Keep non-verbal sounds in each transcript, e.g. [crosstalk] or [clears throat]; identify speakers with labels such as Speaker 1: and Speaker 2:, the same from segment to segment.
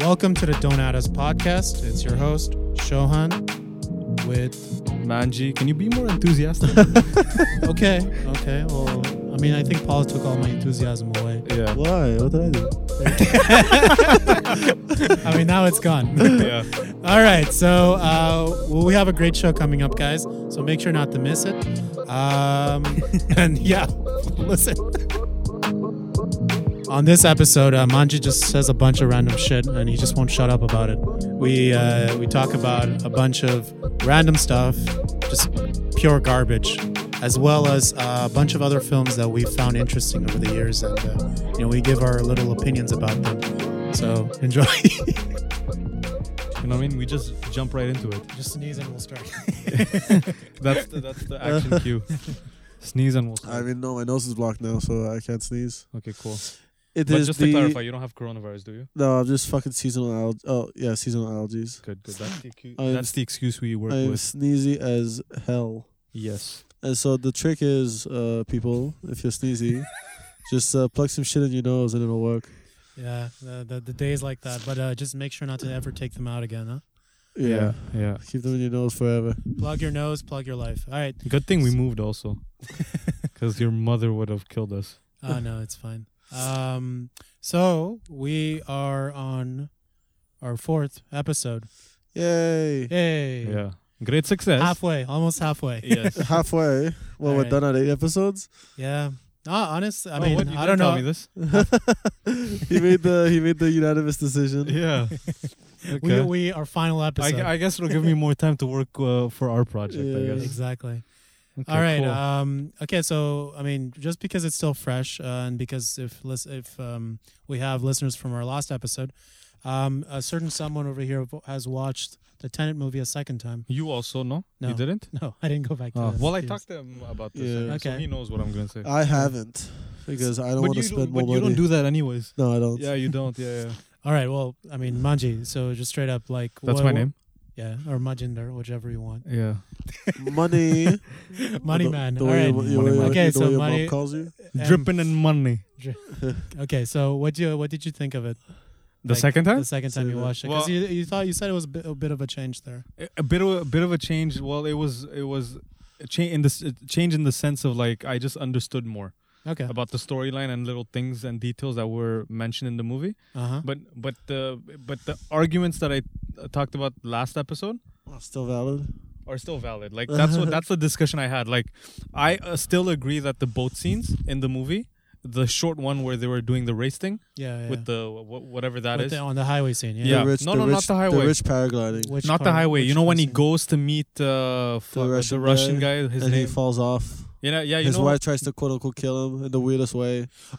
Speaker 1: Welcome to the Don't At Us podcast. It's your host, Shohan, with.
Speaker 2: Manji, can you be more enthusiastic? [laughs]
Speaker 1: Okay, okay. Well, I mean, I think Paul took all my enthusiasm away.
Speaker 2: yeah.
Speaker 3: Why? What did I do?
Speaker 1: I mean, now it's gone.
Speaker 2: [laughs]
Speaker 1: [laughs]
Speaker 2: Yeah.
Speaker 1: all right, so uh, well, we have a great show coming up, guys. So make sure not to miss it. Um, and yeah, listen. On this episode, uh, Manji just says a bunch of random shit, and he just won't shut up about it. We uh, we talk about a bunch of random stuff, just pure garbage, as well as uh, a bunch of other films that we found interesting over the years, and uh, you know we give our little opinions about them. So enjoy. [laughs]
Speaker 2: You know what I mean? We just jump right into it.
Speaker 1: just sneeze and we'll start.
Speaker 2: That's the, that's the action cue. Sneeze and we'll
Speaker 3: I
Speaker 2: start.
Speaker 3: mean, no, my nose is blocked now, so I can't sneeze.
Speaker 2: Okay, cool.
Speaker 3: It is
Speaker 2: But just
Speaker 3: the
Speaker 2: to clarify, you don't have coronavirus, do you?
Speaker 3: no, I'm just fucking seasonal allerg. Oh yeah, seasonal allergies.
Speaker 2: Good, good. That's the,
Speaker 3: I am-
Speaker 2: that's the excuse we work
Speaker 3: I'm
Speaker 2: with.
Speaker 3: sneezy as hell.
Speaker 2: Yes.
Speaker 3: And so the trick is, uh, people, if
Speaker 2: [laughs]
Speaker 3: you're sneezy, just uh, plug some shit in your nose and it'll work.
Speaker 1: Yeah, the, the, the days like that. But uh, just make sure not to ever take them out again. Huh?
Speaker 3: Yeah.
Speaker 2: Yeah.
Speaker 3: Keep them in your nose forever.
Speaker 1: Plug your nose, plug your life. All right.
Speaker 2: Good thing we moved also. Because your mother would have killed us.
Speaker 1: Oh no, it's fine. Um, so we are on our fourth episode.
Speaker 3: Yay!
Speaker 1: Hey,
Speaker 2: [laughs] Yeah. Great success.
Speaker 1: halfway, almost halfway. Yeah. [laughs]
Speaker 2: yes.
Speaker 3: Halfway. Well, we're
Speaker 1: Alright.
Speaker 3: done at eight episodes.
Speaker 1: No, honestly, Ah, I
Speaker 2: Oh,
Speaker 1: mean,
Speaker 2: what? You
Speaker 1: I don't
Speaker 2: didn't Tell me
Speaker 1: know.
Speaker 2: this.
Speaker 3: [laughs] he made the he made the unanimous decision.
Speaker 2: Yeah.
Speaker 1: We,
Speaker 2: Okay.
Speaker 1: we our final
Speaker 2: I,
Speaker 1: episode.
Speaker 2: I guess it'll give me more time to work uh, for our project, I
Speaker 3: Yeah.
Speaker 2: guess.
Speaker 1: exactly.
Speaker 2: Okay,
Speaker 1: All right.
Speaker 2: cool.
Speaker 1: Um, okay. So, I mean, just because it's still fresh, uh, and because if lis- if um, we have listeners from our last episode, um, a certain someone over here vo- has watched the Tenant movie a second time. [laughs]
Speaker 2: you also, no?
Speaker 1: No.
Speaker 2: You didn't?
Speaker 1: No, I didn't go back to.
Speaker 2: Oh,
Speaker 1: this.
Speaker 2: well, I
Speaker 1: Yes.
Speaker 2: talked to him about this.
Speaker 3: Yeah.
Speaker 2: I guess, so
Speaker 1: Okay.
Speaker 2: he knows what I'm going to say.
Speaker 3: I haven't because I don't
Speaker 2: but
Speaker 3: want
Speaker 2: you,
Speaker 3: to spend
Speaker 2: don't,
Speaker 3: more
Speaker 2: but
Speaker 3: money.
Speaker 2: you don't do that anyways.
Speaker 3: no, I don't.
Speaker 2: Yeah, you don't. Yeah, yeah.
Speaker 1: All right. Well, I mean, Manji. So just straight up, like
Speaker 2: That's
Speaker 1: what-
Speaker 2: my name.
Speaker 1: Yeah, or Majinder, whichever you
Speaker 3: [laughs]
Speaker 1: want.
Speaker 2: Yeah.
Speaker 3: Money.
Speaker 2: [laughs]
Speaker 1: Money
Speaker 3: The-
Speaker 1: man.
Speaker 3: the
Speaker 1: All
Speaker 3: way
Speaker 1: right.
Speaker 3: your- your-
Speaker 2: Money
Speaker 3: your-
Speaker 2: man.
Speaker 1: Okay,
Speaker 3: the
Speaker 1: so
Speaker 3: way your mom
Speaker 1: money-
Speaker 3: calls you.
Speaker 1: Um,
Speaker 2: Dripping in money.
Speaker 1: Okay. So what do you, what did you think of it
Speaker 2: The
Speaker 1: Like,
Speaker 2: second time?
Speaker 1: the second time you
Speaker 3: Well-
Speaker 1: watched it? Because you, you thought you said it was a bit, a bit of a change there.
Speaker 2: A- a bit of a bit of a change. Well, it was it was a change in the s- a change in the sense of like I just understood more
Speaker 1: Okay.
Speaker 2: about the storyline and little things and details that were mentioned in the movie.
Speaker 1: Uh huh.
Speaker 2: But but the but the arguments that I uh, talked about last episode
Speaker 3: Oh, still valid.
Speaker 2: are still valid.
Speaker 1: [laughs]
Speaker 2: Like that's what that's the discussion I had. Like I uh, still agree that the boat scenes in the movie, the short one where they were doing the race thing
Speaker 1: Yeah. yeah.
Speaker 2: with the wh- whatever that
Speaker 1: With
Speaker 2: is.
Speaker 1: the- on the highway scene. Yeah.
Speaker 2: Yeah.
Speaker 3: The rich,
Speaker 2: No,
Speaker 3: the
Speaker 2: no, not
Speaker 3: rich,
Speaker 2: the highway.
Speaker 3: rich paragliding.
Speaker 1: Which
Speaker 2: not the
Speaker 1: part-
Speaker 2: highway.
Speaker 1: which
Speaker 2: You know when he
Speaker 1: scene?
Speaker 2: goes to meet uh, fu- the, Russian
Speaker 3: Russian
Speaker 2: guy. His
Speaker 3: and he
Speaker 2: name.
Speaker 3: falls off.
Speaker 2: you know, yeah, you
Speaker 3: His
Speaker 2: know.
Speaker 3: wife tries to quote unquote kill him in the weirdest way.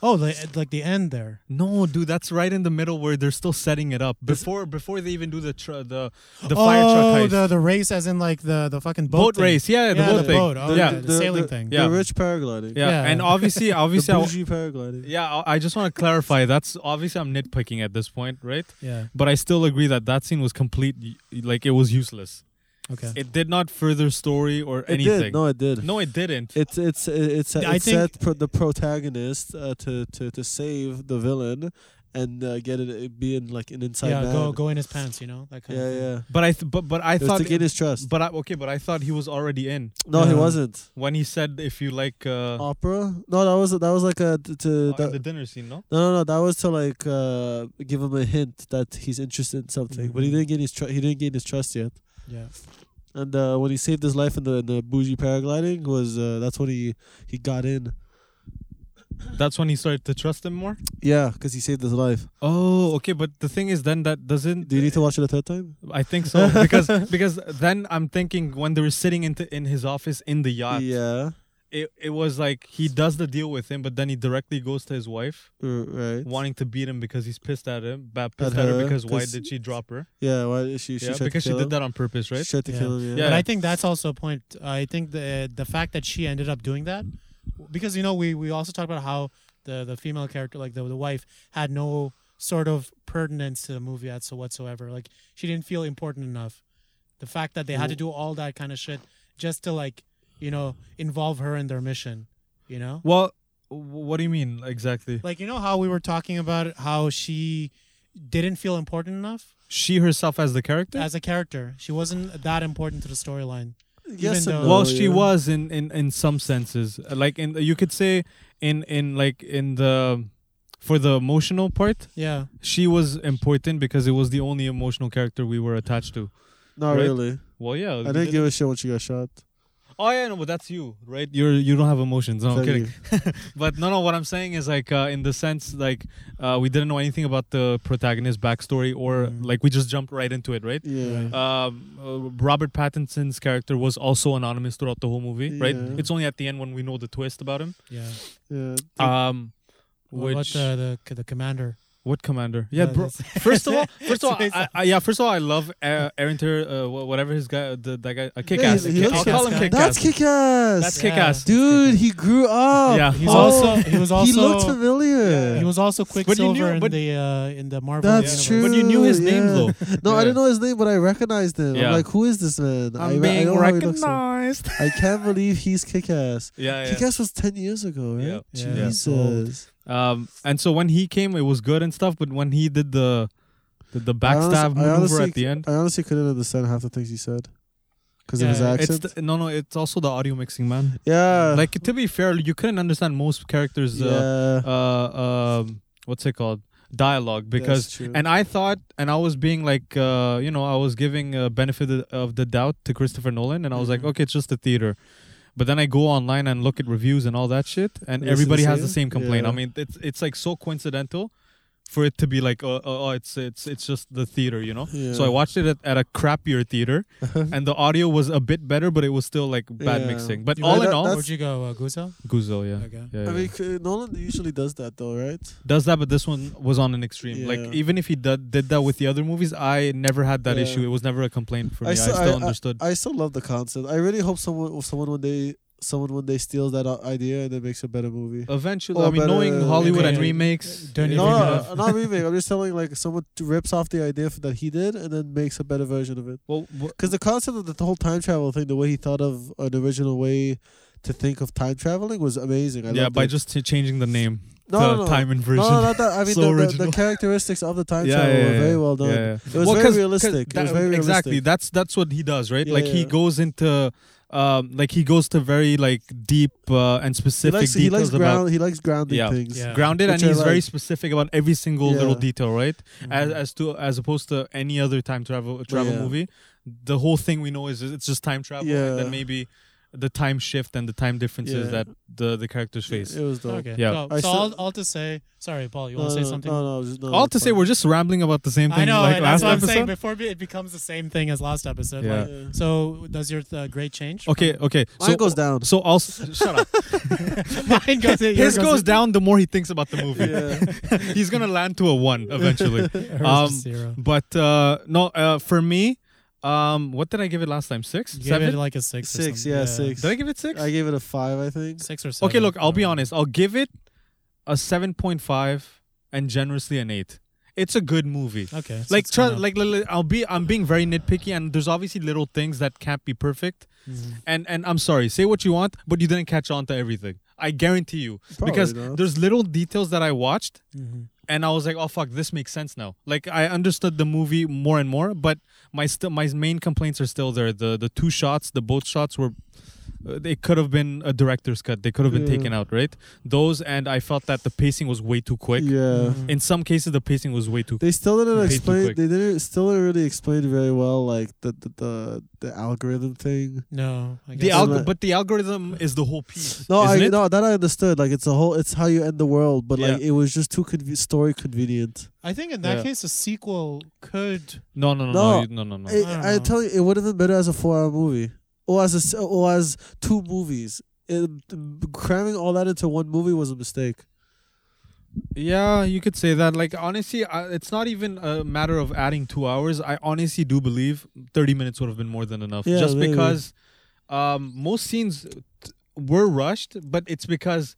Speaker 1: Oh, the, like the end there.
Speaker 2: No, dude, that's right in the middle where they're still setting it up before before they even do the tr- the the fire
Speaker 1: oh,
Speaker 2: truck heist.
Speaker 1: the the race, as in like the the fucking boat,
Speaker 2: boat,
Speaker 1: thing.
Speaker 2: race. Yeah, the
Speaker 1: Yeah,
Speaker 2: boat
Speaker 1: the
Speaker 2: thing.
Speaker 1: boat. Oh,
Speaker 2: yeah.
Speaker 1: yeah. the sailing thing.
Speaker 3: The
Speaker 2: Yeah.
Speaker 3: rich paragliding.
Speaker 2: yeah,
Speaker 1: Yeah.
Speaker 2: and
Speaker 1: [laughs]
Speaker 2: obviously,
Speaker 3: The
Speaker 2: obviously, I,
Speaker 3: bougie paragliding.
Speaker 2: yeah, I- I just want to clarify. That's obviously I'm nitpicking at this point, right?
Speaker 1: Yeah.
Speaker 2: But I still agree that that scene was complete, like it was useless.
Speaker 1: Okay.
Speaker 2: It did not further story or
Speaker 3: It
Speaker 2: anything.
Speaker 3: did. No, it did.
Speaker 2: No, it didn't.
Speaker 3: It's it's it's
Speaker 1: I
Speaker 3: it
Speaker 1: think-
Speaker 3: set pro- the protagonist uh, to, to to save the villain and uh, get it, it being like an inside
Speaker 1: yeah.
Speaker 3: man.
Speaker 1: Go go in his pants. You know that kind
Speaker 3: yeah,
Speaker 1: of. thing.
Speaker 3: yeah.
Speaker 2: but I, th- but but I
Speaker 3: It was
Speaker 2: thought,
Speaker 3: to gain his trust.
Speaker 2: but I, okay, but I thought he was already in
Speaker 3: No, he
Speaker 1: No.
Speaker 3: wasn't.
Speaker 2: when he said if you like uh,
Speaker 3: Opera? No, that was that was like a t- to
Speaker 2: uh,
Speaker 3: that,
Speaker 2: the dinner scene, no?
Speaker 3: No, no, no. That was to like uh, give him a hint that he's interested in something, but he
Speaker 1: Mhm.
Speaker 3: didn't gain his tr- he didn't gain his trust yet.
Speaker 1: Yeah.
Speaker 3: And uh, when he saved his life in the, in the bougie paragliding was uh, that's when he he got in.
Speaker 2: That's when he started to trust him more.
Speaker 3: Yeah, because he saved his life.
Speaker 2: Oh, okay, but the thing is, then that doesn't.
Speaker 3: Do you need to watch it a third time?
Speaker 2: I think [laughs] so because because then I'm thinking when they were sitting into in his office in the yacht,
Speaker 3: yeah,
Speaker 2: it it was like he does the deal with him, but then he directly goes to his wife,
Speaker 3: r- Mm, right.
Speaker 2: wanting to beat him because he's pissed at him, but pissed
Speaker 3: At
Speaker 2: at her,
Speaker 3: her,
Speaker 2: because why
Speaker 3: 'cause-
Speaker 2: did she drop her?
Speaker 3: Yeah, why did she? She
Speaker 2: Yeah,
Speaker 3: tried
Speaker 2: because
Speaker 3: to
Speaker 2: she
Speaker 3: kill him.
Speaker 2: did that on purpose,
Speaker 3: She
Speaker 2: right?
Speaker 3: tried to
Speaker 1: Yeah.
Speaker 3: kill him. Yeah.
Speaker 1: But
Speaker 2: Yeah.
Speaker 1: I think that's also a point. I think the the fact that she ended up doing that, because you know we we also talked about how the the female character, like the the wife, had no sort of pertinence to the movie at so whatsoever. Like she didn't feel important enough. The fact that they had to do all that kind of shit just to like you know involve her in their mission, you know.
Speaker 2: Well, wh- what do you mean exactly?
Speaker 1: Like you know how we were talking about how she didn't feel important enough
Speaker 2: She herself as the character.
Speaker 1: as a character. She wasn't that important to the storyline.
Speaker 3: Yes
Speaker 1: even
Speaker 3: and
Speaker 1: though-
Speaker 3: no,
Speaker 2: well, she
Speaker 3: yeah.
Speaker 2: was in, in in some senses. Like in you could say in in like in the for the emotional part,
Speaker 1: Yeah,
Speaker 2: she was important because it was the only emotional character we were attached to.
Speaker 3: Not
Speaker 2: right?
Speaker 3: really.
Speaker 2: Well, yeah.
Speaker 3: I didn't give a shit when she got shot.
Speaker 2: oh yeah, no, but that's you, right? You're you don't have emotions. No, I'm
Speaker 3: Thank
Speaker 2: kidding.
Speaker 3: you.
Speaker 2: But no, no. What I'm saying is like uh, in the sense like uh, we didn't know anything about the protagonist backstory or
Speaker 1: Mm.
Speaker 2: like we just jumped right into it, right?
Speaker 3: Mm-hmm. Yeah.
Speaker 1: Right.
Speaker 2: Um, uh, Robert Pattinson's character was also anonymous throughout the whole movie, right?
Speaker 3: Yeah.
Speaker 2: It's only at the end when we know the twist about him.
Speaker 1: yeah.
Speaker 3: Yeah.
Speaker 2: Um,
Speaker 1: What
Speaker 2: which
Speaker 1: about the, the the commander?
Speaker 2: what commander? Yeah,
Speaker 1: Uh,
Speaker 2: bro.
Speaker 1: this-
Speaker 3: [laughs]
Speaker 2: First of all, first of all,
Speaker 1: It's
Speaker 2: I, I, yeah, first of all, I love uh, Aaron Ter, uh, wh- whatever his guy, the, that guy, uh,
Speaker 3: Yeah,
Speaker 2: Kickass.
Speaker 3: he- he
Speaker 2: Kick- I'll
Speaker 1: looks
Speaker 2: call
Speaker 1: Kick-Ass guy.
Speaker 2: him Kickass.
Speaker 3: That's kick ass.
Speaker 2: That's
Speaker 1: Yeah.
Speaker 2: Kickass.
Speaker 3: Dude, he grew up.
Speaker 2: Yeah,
Speaker 1: He was
Speaker 2: Oh,
Speaker 1: also he was also
Speaker 3: he looked familiar.
Speaker 1: He was also Quicksilver
Speaker 2: knew- but-
Speaker 1: in the uh, in the Marvel.
Speaker 3: That's
Speaker 1: universe.
Speaker 3: true.
Speaker 2: But you knew his name,
Speaker 3: yeah.
Speaker 2: though.
Speaker 3: No, I
Speaker 2: Yeah.
Speaker 3: didn't know his name, but I recognized him.
Speaker 2: Yeah.
Speaker 3: I'm like, who is this man? I, re- I
Speaker 2: being
Speaker 3: don't know how he looks like.
Speaker 2: recognized.
Speaker 3: [laughs] I can't believe he's kick ass.
Speaker 2: Yeah, yeah.
Speaker 3: Kick ass was 10 years ago, right?
Speaker 2: Yeah.
Speaker 1: Yeah. Yeah.
Speaker 3: Jesus.
Speaker 2: Um, and so when he came, it was good and stuff. But when he did the the, the
Speaker 3: I honest-
Speaker 2: backstab
Speaker 3: I
Speaker 2: maneuver at
Speaker 3: honestly-
Speaker 2: the end,
Speaker 3: I honestly couldn't understand half the things he said because
Speaker 1: Yeah,
Speaker 3: of his
Speaker 1: it's
Speaker 2: it's
Speaker 3: accent.
Speaker 2: the, no, no. It's also the audio mixing, man.
Speaker 3: yeah.
Speaker 2: like to be fair, you couldn't understand most characters. Uh,
Speaker 3: yeah.
Speaker 2: uh, um, what's it called? Dialogue because
Speaker 3: That's true.
Speaker 2: And I thought, and I was being like, uh, you know, I was giving uh, benefit of the doubt to Christopher Nolan, and I was like,
Speaker 3: Mm-hmm.
Speaker 1: Mhm.
Speaker 2: okay, it's just a theater. But then I go online and look at reviews and all that shit, and
Speaker 3: It's
Speaker 2: everybody has
Speaker 3: insane.
Speaker 2: the same complaint. I
Speaker 3: Yeah.
Speaker 2: mean, it's it's like so coincidental for it to be like, oh, oh, oh, it's it's it's just the theater, you know.
Speaker 3: yeah.
Speaker 2: So I watched it at, at a crappier
Speaker 3: [laughs]
Speaker 2: theater, and the audio was a bit better, but it was still like bad
Speaker 3: Yeah.
Speaker 2: mixing. But
Speaker 1: You
Speaker 2: all
Speaker 3: know,
Speaker 2: in
Speaker 3: that-
Speaker 2: all,
Speaker 3: that's-
Speaker 1: Where'd you go, uh, Guzo?
Speaker 2: Guzzo, yeah.
Speaker 1: Okay.
Speaker 2: Yeah,
Speaker 3: I
Speaker 2: yeah.
Speaker 3: mean, c- Nolan usually does that though, right?
Speaker 2: does that, but this one was on an extreme. Like
Speaker 3: Yeah.
Speaker 2: even if he did, did that with the other movies, I never had that
Speaker 3: Yeah.
Speaker 2: issue. It was never a complaint for me.
Speaker 3: I
Speaker 2: I,
Speaker 3: still-
Speaker 2: still
Speaker 3: I-
Speaker 2: understood.
Speaker 3: I still love the concept. I really hope someone, someone one day, someone one day steals that i- idea and then makes a better movie.
Speaker 2: Eventually,
Speaker 3: Or
Speaker 2: I mean, knowing
Speaker 3: better-
Speaker 2: Hollywood and
Speaker 1: Okay.
Speaker 2: remakes,
Speaker 1: Don't
Speaker 2: it-
Speaker 1: even
Speaker 3: uh, No,
Speaker 1: know.
Speaker 3: no, not remake. I'm just telling like someone t- rips off the idea f- that he did and then makes a better version of it.
Speaker 2: Well, wh-
Speaker 3: Because the concept of the whole time travel thing, the way he thought of an original way to think of time traveling was amazing. I
Speaker 2: yeah,
Speaker 3: loved
Speaker 2: by
Speaker 3: it.
Speaker 2: just t- changing the name,
Speaker 3: no,
Speaker 2: the
Speaker 3: no, no.
Speaker 2: time inversion.
Speaker 3: No, no,
Speaker 2: [laughs]
Speaker 3: not that. I mean,
Speaker 2: So
Speaker 3: the, the,
Speaker 2: original.
Speaker 3: the characteristics of the time
Speaker 2: Yeah,
Speaker 3: travel
Speaker 2: yeah,
Speaker 3: were
Speaker 2: yeah,
Speaker 3: very well
Speaker 2: yeah,
Speaker 3: done.
Speaker 2: yeah.
Speaker 3: It was
Speaker 2: Well,
Speaker 3: very
Speaker 2: 'cause- 'cause
Speaker 3: realistic.
Speaker 2: that-
Speaker 3: it was very
Speaker 2: exactly.
Speaker 3: realistic.
Speaker 2: That's that's what he does, right?
Speaker 3: Yeah,
Speaker 2: like he
Speaker 3: yeah.
Speaker 2: goes into, um, like he goes to very like deep uh, and
Speaker 3: He
Speaker 2: specific
Speaker 3: likes, he
Speaker 2: details
Speaker 3: likes
Speaker 2: about
Speaker 3: ground. He likes grounding
Speaker 2: Yeah.
Speaker 3: things.
Speaker 1: Yeah.
Speaker 2: grounded, and
Speaker 3: Which I
Speaker 2: he's very
Speaker 3: like.
Speaker 2: specific about every single little
Speaker 3: Yeah.
Speaker 2: detail, right? as
Speaker 1: Mhm.
Speaker 2: as to as opposed to any other time travel travel
Speaker 3: Mm-hmm. Yeah.
Speaker 2: movie. The whole thing we know is it's just time travel, and
Speaker 3: Yeah.
Speaker 2: then maybe the time shift and the time differences
Speaker 3: Yeah.
Speaker 2: that the the characters face.
Speaker 3: It was dope.
Speaker 1: Okay.
Speaker 2: Yeah.
Speaker 1: So,
Speaker 3: I
Speaker 1: so all,
Speaker 3: still-
Speaker 1: all to say, sorry, Paul, you
Speaker 3: No,
Speaker 1: want to
Speaker 3: no,
Speaker 1: say something?
Speaker 3: No, no, just, no
Speaker 2: All
Speaker 3: it's
Speaker 2: to say,
Speaker 3: fine.
Speaker 2: we're just rambling about the same thing
Speaker 1: I know.
Speaker 2: like
Speaker 1: and
Speaker 2: last
Speaker 1: that's what I'm saying.
Speaker 2: episode.
Speaker 1: Before it becomes the same thing as last episode.
Speaker 2: Yeah.
Speaker 1: Like, so does your uh, grade change?
Speaker 2: Okay, okay.
Speaker 3: Mine
Speaker 2: So
Speaker 3: goes down.
Speaker 2: so I'll
Speaker 1: [laughs]
Speaker 2: s- shut up.
Speaker 1: Mine goes.
Speaker 2: [laughs] His goes down the more he thinks about the movie. [laughs]
Speaker 3: yeah.
Speaker 2: He's gonna land to a one
Speaker 1: [laughs]
Speaker 3: [laughs]
Speaker 2: eventually.
Speaker 1: down.
Speaker 2: Um,
Speaker 1: zero.
Speaker 2: but uh no, uh for me, um what did I give it last time? Six?
Speaker 1: You
Speaker 2: seven?
Speaker 1: gave it like a six. or
Speaker 3: Six,
Speaker 1: something.
Speaker 3: yeah, six.
Speaker 2: did I give it six?
Speaker 3: I gave it a five, I think.
Speaker 1: Six or seven.
Speaker 2: Okay, look, I'll be
Speaker 1: Yeah.
Speaker 2: honest. I'll give it a 7.5 and generously an 8. It's a good movie.
Speaker 1: Okay. so
Speaker 2: like
Speaker 1: it's
Speaker 2: tru-
Speaker 1: kinda-
Speaker 2: like li- li- I'll be I'm being very nitpicky and there's obviously little things that can't be perfect.
Speaker 1: Mhm.
Speaker 2: And and I'm sorry, say what you want, but you didn't catch on to everything. I guarantee you
Speaker 3: Probably
Speaker 2: because
Speaker 3: not.
Speaker 2: there's little details that I watched
Speaker 1: Mhm.
Speaker 2: and I was like, "Oh fuck, this makes sense now." Like I understood the movie more and more, but my still my main complaints are still there. The the two shots, the both shots were uh, they could have been a director's cut. They could have been
Speaker 3: Yeah.
Speaker 2: taken out, right? Those and I felt that the pacing was way too quick.
Speaker 3: yeah.
Speaker 1: Mhm.
Speaker 2: In some cases, the pacing was way too.
Speaker 3: They still didn't
Speaker 2: Way too
Speaker 3: explain.
Speaker 2: quick.
Speaker 3: They didn't still didn't really explain very well, like the the the, the algorithm thing.
Speaker 1: No. I
Speaker 2: the
Speaker 1: guess.
Speaker 3: alg-
Speaker 2: alg- but the algorithm is the whole piece.
Speaker 3: No,
Speaker 2: isn't
Speaker 3: I
Speaker 2: it?
Speaker 3: no that I understood. Like it's a whole. It's how you end the world, but like
Speaker 2: Yeah.
Speaker 3: it was just too conve- story convenient.
Speaker 1: I think in that
Speaker 2: Yeah.
Speaker 1: case, a sequel could.
Speaker 2: no, no, no, no,
Speaker 3: No.
Speaker 2: you- no, no, no.
Speaker 3: It-
Speaker 1: I don't
Speaker 3: I,
Speaker 1: know.
Speaker 3: tell you, it would have been better as a four-hour movie, or as a s or as two movies. It, cramming all that into one movie was a mistake.
Speaker 2: Yeah, you could say that. Like honestly, I, it's not even a matter of adding two hours. I honestly do believe thirty minutes would have been more than enough.
Speaker 3: Yeah,
Speaker 2: just
Speaker 3: maybe.
Speaker 2: because um, most scenes t- were rushed, but it's because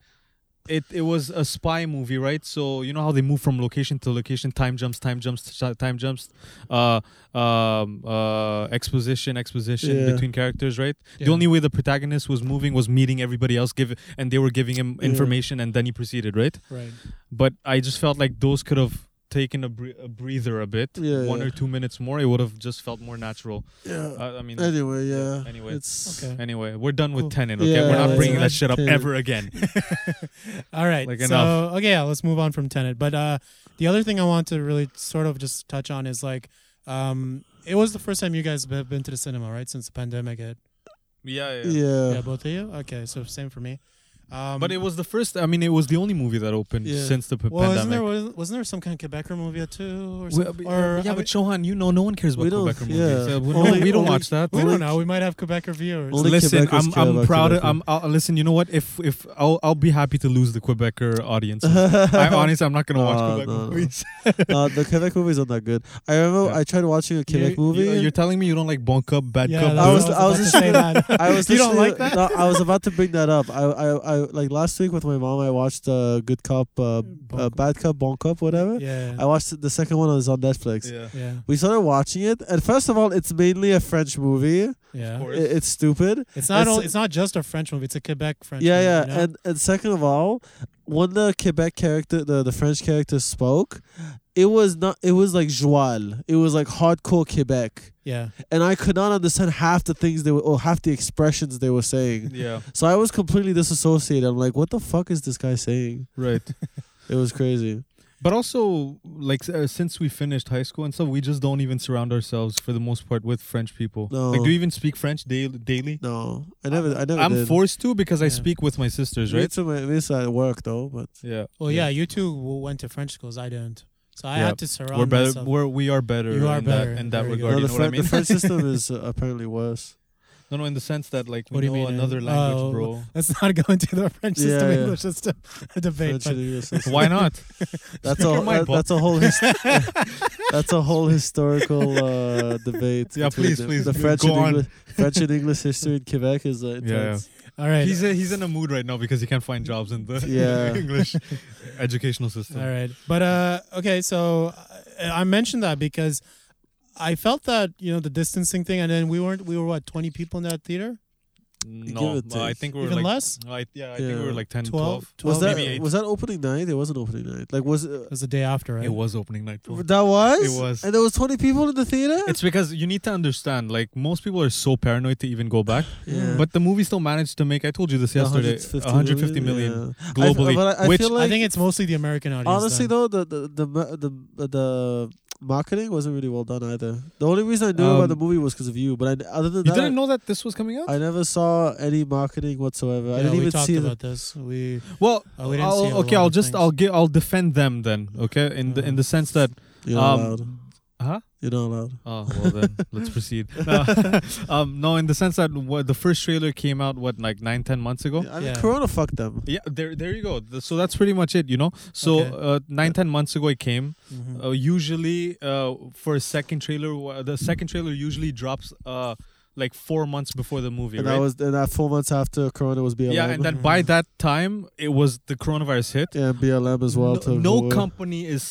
Speaker 2: it it was a spy movie, right? So you know how they move from location to location, time jumps, time jumps, sh- time jumps, uh, um, uh, exposition, exposition
Speaker 3: Yeah.
Speaker 2: between characters, right? The
Speaker 1: Yeah.
Speaker 2: only way the protagonist was moving was meeting everybody else, give and they were giving him
Speaker 3: Yeah.
Speaker 2: information, and then he proceeded, right?
Speaker 1: Right.
Speaker 2: but I just felt like those could have taken a, bre- a breather a bit,
Speaker 3: Yeah,
Speaker 2: one
Speaker 3: yeah.
Speaker 2: or two minutes more, it would have just felt more natural.
Speaker 3: Yeah.
Speaker 2: I, I mean,
Speaker 3: anyway,
Speaker 2: yeah,
Speaker 3: yeah.
Speaker 2: anyway.
Speaker 3: It's
Speaker 1: Okay.
Speaker 2: anyway, we're done with
Speaker 1: Cool.
Speaker 2: Tenet. Okay,
Speaker 3: Yeah,
Speaker 2: we're not
Speaker 1: let's-
Speaker 2: bringing that
Speaker 3: let's
Speaker 2: shit up
Speaker 3: Tenet.
Speaker 2: ever again.
Speaker 3: [laughs]
Speaker 2: [laughs]
Speaker 1: All right.
Speaker 2: Like,
Speaker 1: so
Speaker 2: enough.
Speaker 1: okay, yeah, let's move on from Tenet. But uh, the other thing I want to really sort of just touch on is like, um, it was the first time you guys have been to the cinema, right? Since the pandemic hit.
Speaker 2: yeah, yeah,
Speaker 3: yeah.
Speaker 1: Yeah,
Speaker 3: [laughs]
Speaker 1: both of you. Okay, so same for me. Um,
Speaker 2: But it was the first. I mean, it was the only movie that opened
Speaker 3: Yeah.
Speaker 2: since the p-
Speaker 1: well,
Speaker 2: pandemic.
Speaker 1: wasn't there wasn't, wasn't there some kind of Quebecer movie too, or
Speaker 2: We-
Speaker 1: something?
Speaker 2: but-
Speaker 1: or
Speaker 2: yeah,
Speaker 1: I
Speaker 2: but
Speaker 1: mean,
Speaker 2: Johan, you know, no one cares about
Speaker 3: We don't-
Speaker 2: Quebecer movies.
Speaker 3: yeah.
Speaker 2: Uh, we,
Speaker 3: Only-
Speaker 2: no, we don't
Speaker 3: only-
Speaker 2: watch that.
Speaker 1: we
Speaker 3: only-
Speaker 1: don't know. We might have Quebecer viewers.
Speaker 3: Only
Speaker 2: listen,
Speaker 3: Quebecers
Speaker 2: I'm,
Speaker 3: care
Speaker 2: I'm
Speaker 3: about
Speaker 2: proud.
Speaker 3: Quebec.
Speaker 2: I'm I'll, listen. You know what? If if I'll I'll be happy to lose the Quebecer audience.
Speaker 3: [laughs]
Speaker 2: I honestly, I'm not gonna watch
Speaker 3: Uh,
Speaker 2: Quebec
Speaker 3: no, no.
Speaker 2: movies.
Speaker 3: no, the Quebec movies are not good. I remember
Speaker 2: Yeah.
Speaker 3: I tried watching a Quebec movie.
Speaker 2: You, are telling me you don't like Bon Cup, Bad
Speaker 1: yeah,
Speaker 2: Cup.
Speaker 1: that's
Speaker 3: I
Speaker 1: what
Speaker 2: Blue?
Speaker 3: was- I
Speaker 1: about
Speaker 3: was just
Speaker 1: to say that. [laughs]
Speaker 3: I was
Speaker 1: You don't
Speaker 3: listening-
Speaker 1: like that?
Speaker 3: No, I was about to bring that up. I, I, I like last week with my mom. I watched uh, Good Cop, uh,
Speaker 1: Bon
Speaker 3: uh,
Speaker 1: Cop.
Speaker 3: Bad Cop, Bon Cop, whatever.
Speaker 1: yeah,
Speaker 3: I watched it- the second one. was on Netflix. [laughs]
Speaker 2: yeah.
Speaker 1: yeah,
Speaker 3: We started watching it, and first of all, it's mainly a French movie.
Speaker 1: yeah.
Speaker 2: course.
Speaker 3: I- it's stupid.
Speaker 1: It's not.
Speaker 3: It's-
Speaker 1: all, it's not just a French movie. It's a Quebec French.
Speaker 3: yeah,
Speaker 1: movie,
Speaker 3: yeah.
Speaker 1: you know?
Speaker 3: And and second of all, when the Quebec character, the, the French character spoke, it was not. It was like Joal. It was like hardcore Quebec,
Speaker 1: yeah.
Speaker 3: and I could not understand half the things they were, or half the expressions they were saying.
Speaker 2: Yeah.
Speaker 3: So I was completely disassociated. I'm like, what the fuck is this guy saying?
Speaker 1: [laughs]
Speaker 2: Right.
Speaker 3: It was crazy.
Speaker 2: But also, like, uh, since we finished high school and stuff, we just don't even surround ourselves for the most part with French people.
Speaker 3: No.
Speaker 2: Like, do you even speak French daily? daily?
Speaker 3: No, I never. I never.
Speaker 2: I'm
Speaker 3: did.
Speaker 2: forced to because I
Speaker 1: Yeah.
Speaker 2: speak with my sisters,
Speaker 3: Me
Speaker 2: right?
Speaker 3: too, my- me too at work though, but
Speaker 2: Yeah.
Speaker 1: Well, Oh, yeah. You two w- went to French schools. I didn't. So I
Speaker 2: Yeah.
Speaker 1: had to surround
Speaker 2: We're better.
Speaker 1: myself.
Speaker 2: We're we are better.
Speaker 1: You are
Speaker 2: in
Speaker 1: better.
Speaker 2: That, in that
Speaker 1: There you go.
Speaker 2: regard,
Speaker 3: no,
Speaker 2: you know
Speaker 3: the,
Speaker 2: what I
Speaker 3: French
Speaker 2: mean?
Speaker 3: the French system [laughs] is uh, apparently [laughs] worse.
Speaker 2: no, no, in the sense that like we
Speaker 1: What do you
Speaker 2: know
Speaker 1: mean, eh?
Speaker 2: another language,
Speaker 1: Oh, [laughs]
Speaker 2: bro.
Speaker 1: Let's not go into the French system
Speaker 3: Yeah, yeah.
Speaker 1: English system [laughs] debate.
Speaker 3: French
Speaker 1: But
Speaker 3: legal [laughs] system.
Speaker 2: Why not? Speak
Speaker 3: That's a
Speaker 2: your mind,
Speaker 3: that,
Speaker 2: Paul.
Speaker 3: that's a whole his- [laughs] that's a whole historical [laughs]
Speaker 1: [laughs]
Speaker 3: uh, debate.
Speaker 2: Yeah,
Speaker 3: between
Speaker 2: please,
Speaker 3: the,
Speaker 2: please,
Speaker 3: The
Speaker 2: go
Speaker 3: French and
Speaker 2: on.
Speaker 3: English French and [laughs] English history in Quebec is uh, intense.
Speaker 1: all right.
Speaker 2: He's a, he's in a mood right now because he can't find jobs in the
Speaker 3: Yeah.
Speaker 2: [laughs]
Speaker 1: [laughs]
Speaker 2: English educational system.
Speaker 1: all right. But uh, okay. So uh, I mentioned that because I felt that you know the distancing thing, and then we weren't. We were what twenty people in that theater.
Speaker 2: No,
Speaker 3: Give or
Speaker 2: uh, I
Speaker 3: take.
Speaker 2: think we were
Speaker 1: Even
Speaker 2: like
Speaker 1: less?
Speaker 2: No, I, yeah, I think we
Speaker 3: Yeah.
Speaker 2: were like 10,
Speaker 1: 12?
Speaker 2: 12.
Speaker 3: Was
Speaker 1: Well,
Speaker 3: that
Speaker 2: maybe eight.
Speaker 3: was that opening night? It wasn't opening night. Like was uh,
Speaker 1: It was the day after, right?
Speaker 2: It was opening night. Paul.
Speaker 3: that was
Speaker 2: It was.
Speaker 3: and there was twenty people in the theater.
Speaker 2: It's because you need to understand, like most people are so paranoid to even go back,
Speaker 3: yeah.
Speaker 2: but the movie still managed to make. I told you this yesterday, 150 million
Speaker 3: yeah.
Speaker 2: globally,
Speaker 3: I, but I, I
Speaker 2: which
Speaker 3: feel like
Speaker 1: I think it's mostly the American audience.
Speaker 3: honestly
Speaker 1: then.
Speaker 3: though the the the ma- the, the marketing wasn't really well done either. The only reason I knew
Speaker 2: Um,
Speaker 3: about the movie was because of you, but I, other than
Speaker 2: you
Speaker 3: that,
Speaker 2: didn't know that this was coming out.
Speaker 3: I never saw any marketing whatsoever. I
Speaker 1: Yeah,
Speaker 3: didn't
Speaker 1: we
Speaker 3: even
Speaker 1: talked
Speaker 3: see the
Speaker 1: about this. We
Speaker 2: well,
Speaker 1: Oh, we didn't
Speaker 2: I'll-
Speaker 1: see a
Speaker 2: okay,
Speaker 1: lot
Speaker 2: I'll
Speaker 1: of
Speaker 2: just
Speaker 1: things.
Speaker 2: I'll give I'll defend them then. Okay, in the in the sense that
Speaker 3: You're not
Speaker 2: Um,
Speaker 3: allowed.
Speaker 2: huh?
Speaker 3: You're not allowed.
Speaker 2: Oh well, then [laughs] let's proceed. No, [laughs] um, no, in the sense that what, the first trailer came out what like nine ten months ago.
Speaker 3: I mean,
Speaker 1: Yeah.
Speaker 3: Corona fucked them.
Speaker 2: Yeah, there, there you go. Th- So that's pretty much it, you know. So
Speaker 1: Okay.
Speaker 2: uh, nine, ten months ago, it came.
Speaker 1: Mhm.
Speaker 2: Uh, usually, uh, for a second trailer, wha- the second trailer usually drops uh, like four months before the movie,
Speaker 3: And
Speaker 2: right?
Speaker 3: that was and that four months after Corona was BLM.
Speaker 2: yeah, and then
Speaker 1: Mhm.
Speaker 2: by that time, it was the coronavirus hit.
Speaker 3: Yeah, and BLM as well.
Speaker 2: no
Speaker 3: to
Speaker 2: no
Speaker 3: avoid-
Speaker 2: company is